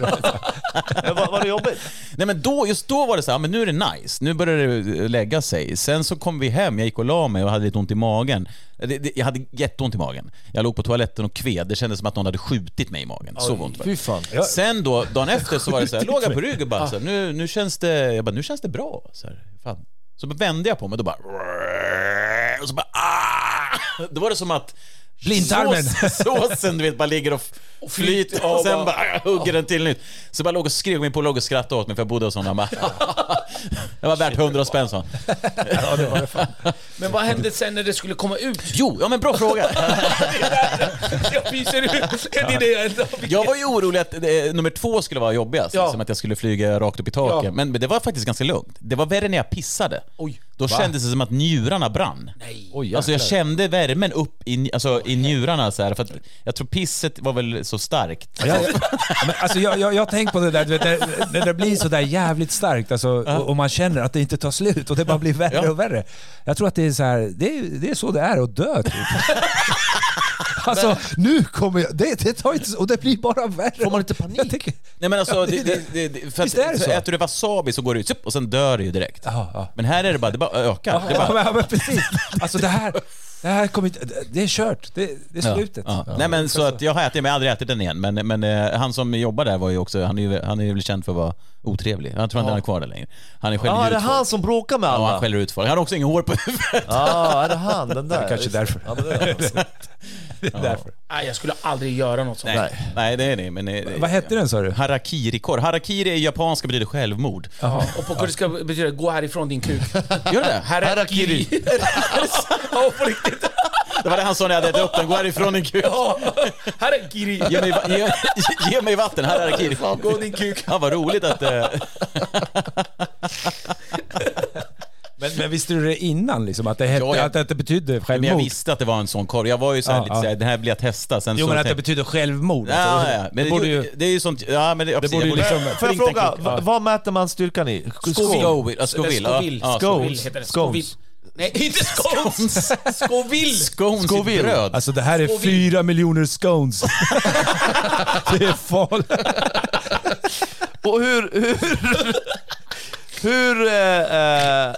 var, var det jobbigt? Nej men då, just då var det så här, "Ja, men nu är det nice. Nu börjar det eh, lägga sig. Sen så kom vi hem, jag gick och la mig och hade lite ont i magen. Eh, Det, det, jag hade jätteont i magen. Jag låg på toaletten och kved. Det kändes som att någon hade skjutit mig i magen. Så ont var det. Fy fan. Sen då, dagen efter så var det så här, låg jag på rygg och bara så här, nu, nu känns det, jag bara, nu känns det bra. Så, här, fan. så vände jag på mig, då bara... Och så bara... Ah! Då var det som att... Blindtarmen. Sås, såsen du vet bara ligger och, f- flyter och sen bara hugger den till nytt. Så jag bara låg och skrek, min polare låg och skrattade åt mig för jag bodde hos honom. Han bara, Det var värt 100 spänn sa han. Men vad hände sen när det skulle komma ut? Jo, ja men bra fråga. Jag pyser ut. Det är det jag ändå Jag var ju orolig att eh, nummer två skulle vara jobbigast, som att jag skulle flyga rakt upp i taket. Ja. Men, men det var faktiskt ganska lugnt. Det var värre när jag pissade. Oj. Då Va? kändes det som att njurarna brann. Nej. alltså jag kände värmen upp i, nj- alltså, i njurarna så här, för att jag tror pisset var väl så starkt. Ja, ja. Men alltså jag, jag, jag har tänkt på det där, du vet, när, när det blir så där jävligt starkt alltså, och, och man känner att det inte tar slut och det bara blir värre Ja. och värre. Jag tror att det är så här, det, är, det är så det är att dö typ. Alltså nu kommer jag, det, det tar inte, och det blir bara värre. Får man inte panik? Tänker, Nej men alltså, Ja, det, det, det, det, för att, Visst är det så? så? äter du wasabi så går det ut tjup, och sen dör det ju direkt. Men här är det bara, det bara ökar. ja, det ja, bara, men- ja, men precis. Alltså det här, det här kommer inte, det- det är kört. Det, det är slutet. Ja, ja. Nej men så att jag har ätit, men jag har aldrig ätit den igen. Men, men eh, han som jobbar där var ju också, han är ju, han är ju väl känd för att vara otrevlig. Jag tror inte han är kvar där längre. Han är skäller Ja, ju är det ut folk. han som bråkar med Ja, han alla? skäller ut folk. Han har också inget hår på huvudet. Ja, är det han? Den Det där? är kanske därför. Ja, men det är han. Därför. Nej, jag skulle aldrig göra något sånt. Nej, nej det är det. Men, eh, Vad hette den sa du? Harakiri-korv. Harakiri är japanska betyder självmord. Och på kurdiska betyder det gå härifrån din kuk. Gör det? Harakiri. Är det sant? Ja, på riktigt. Det var det han sa när jag hade ätit upp den. Gå härifrån din kuk. Ja. Harakiri. Ge mig, va- ge, ge mig vatten, harakiri. Gå din kuk. Ja, vad roligt att... eh, Men, men visste du det innan liksom, att det, hette, Ja, jag- att det inte betydde Men jag självmord? visste att det var en sån korv. Jag var ju så här Ja, lite ja. såhär, den här vill jag testa. Sen Jo så men att det tänkte- betyder självmord. Ja, alltså. ja, men det, borde ju, ju... det är ju sånt... Ja, men det, ja, precis, borde jag liksom- borde- Får jag Flinta fråga, kuk, va- ja. vad mäter man styrkan i? Scoville. alltså, Ja, Scoville. Scoville. ja. Ja, Scoville Scones. heter det. Scones. Scoville. Nej, inte scones. Scoville. Scones i Scoville. bröd. Alltså det här är fyra miljoner scones. det är farligt. Och hur... Hur... hur eh, eh,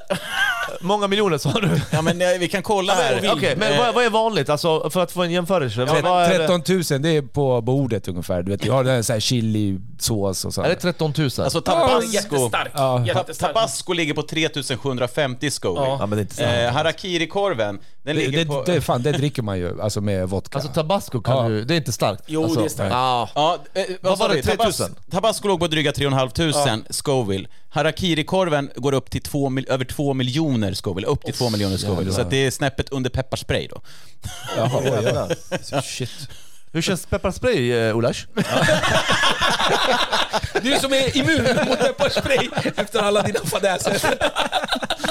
många miljoner sa du? Ja, men eh, vi kan kolla här. Eh, Okej, men vad, vad är vanligt? Alltså, för att få en jämförelse. vad, vad är, det? 13 000, det är på bordet ungefär. Du vet, jag har den här, så här chilisås och så. är det Här. 13 000? Alltså tabasco. Jättestark. Ja. Jättestark. Tabasco ligger på 3750 Scoville. Ja. ja, men det är inte sant. Eh, Harakiri-korven, den Det, ligger det, på... det, fan, det dricker man ju alltså med vodka. Alltså tabasco kan Ja. du... Det är inte starkt. Jo, alltså, det är starkt. Ja. Ja, eh, vad var sa det, vi? Tabas- 3000? Tabasco låg på dryga 3 500 Scoville. Harakiri-korven går upp till två mil- över 2 miljoner Scoville. Upp till 2 miljoner Scoville. Så att det är snäppet under pepparspray då. Shit. Hur känns pepparspray, eh, Olash? Du som är immun mot pepparspray efter alla dina fadäser.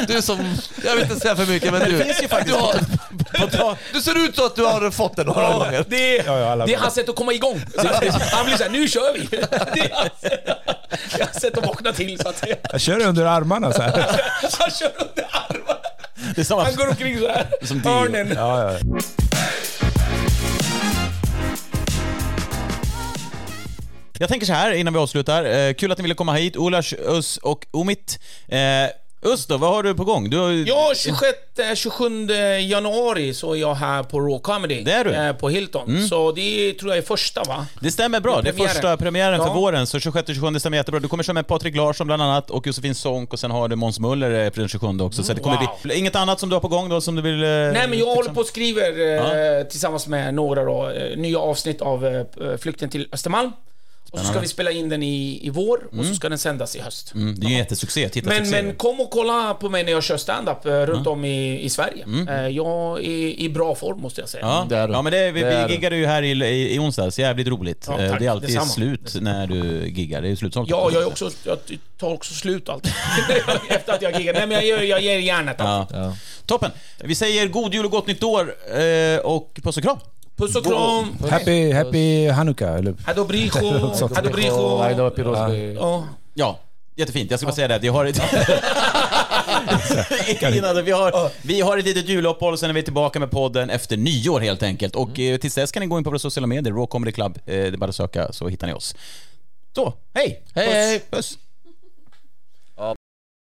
Du som... Jag vill inte säga för mycket, men du... finns ju faktiskt- du, har, Pota- du ser ut så att du har fått den några gånger. Det, Ja, ja, alla det är vet. hans sätt att komma igång. Så att, han blir såhär, nu kör vi! Det är hans- det är hans sätt att vakna till så att säga. Jag kör det under armarna så här. Han kör under armarna. Det är samma... Han går omkring såhär. Som Dio. Örnen. Ja, ja. Jag tänker så här innan vi avslutar. Eh, kul att ni ville komma hit, Olash, Özz och Omit. Eh, Özz då, vad har du på gång? Du har ju... Ja, 26, 27 januari så är jag här på Raw Comedy. Det är du. Mm. eh, På Hilton. Så det tror jag är första va? Det stämmer bra. Det är Premiären. första premiären för Ja. våren, så 26-27 det stämmer jättebra. Du kommer köra med Patrik Larsson bland annat och Josefin Sonck och sen har du Måns Möller eh, på den 27 också. Så det kommer Wow. bli... Inget annat som du har på gång då som du vill... eh, Nej men jag tipsa håller om? på och skriver eh, tillsammans med några då, eh, nya avsnitt av eh, Flykten till Östermalm. Och så ska vi spela in den i, i vår och så ska den sändas i höst. Mm, det är ju en jättesuccé, titta Men, men kom och kolla på mig när jag kör stand-up eh, runt om i, i Sverige. Eh, Jag är i bra form måste jag säga. Mm. Ja, Det är du. ja men det, vi, Det är vi du. giggade ju här i, i, i onsdags, jävligt roligt. Ja, Eh, tack. det är alltid Detsamma. slut när du giggar, det är ju slutsålt. Ja, jag, är också, jag tar också slut allt. Efter att jag giggar. Nej men jag, gör, jag ger järnet allt. Ja. Toppen! Vi säger god jul och gott nytt år eh, och puss och kram! Puss och kram! Happy, happy Hanukkah, eller? Hado brijo! Hado brijo! Nej, det var pirosby. Ja. Ja, jättefint. Jag ska bara säga det, att vi har ett... Innan, vi, har, vi har ett litet juluppehåll, sen är vi tillbaka med podden efter nyår helt enkelt. Och eh, tills dess kan ni gå in på våra sociala medier, Raw Comedy Club. Eh, det är bara att söka så hittar ni oss. Så, hej! Hej, hej. Puss! puss.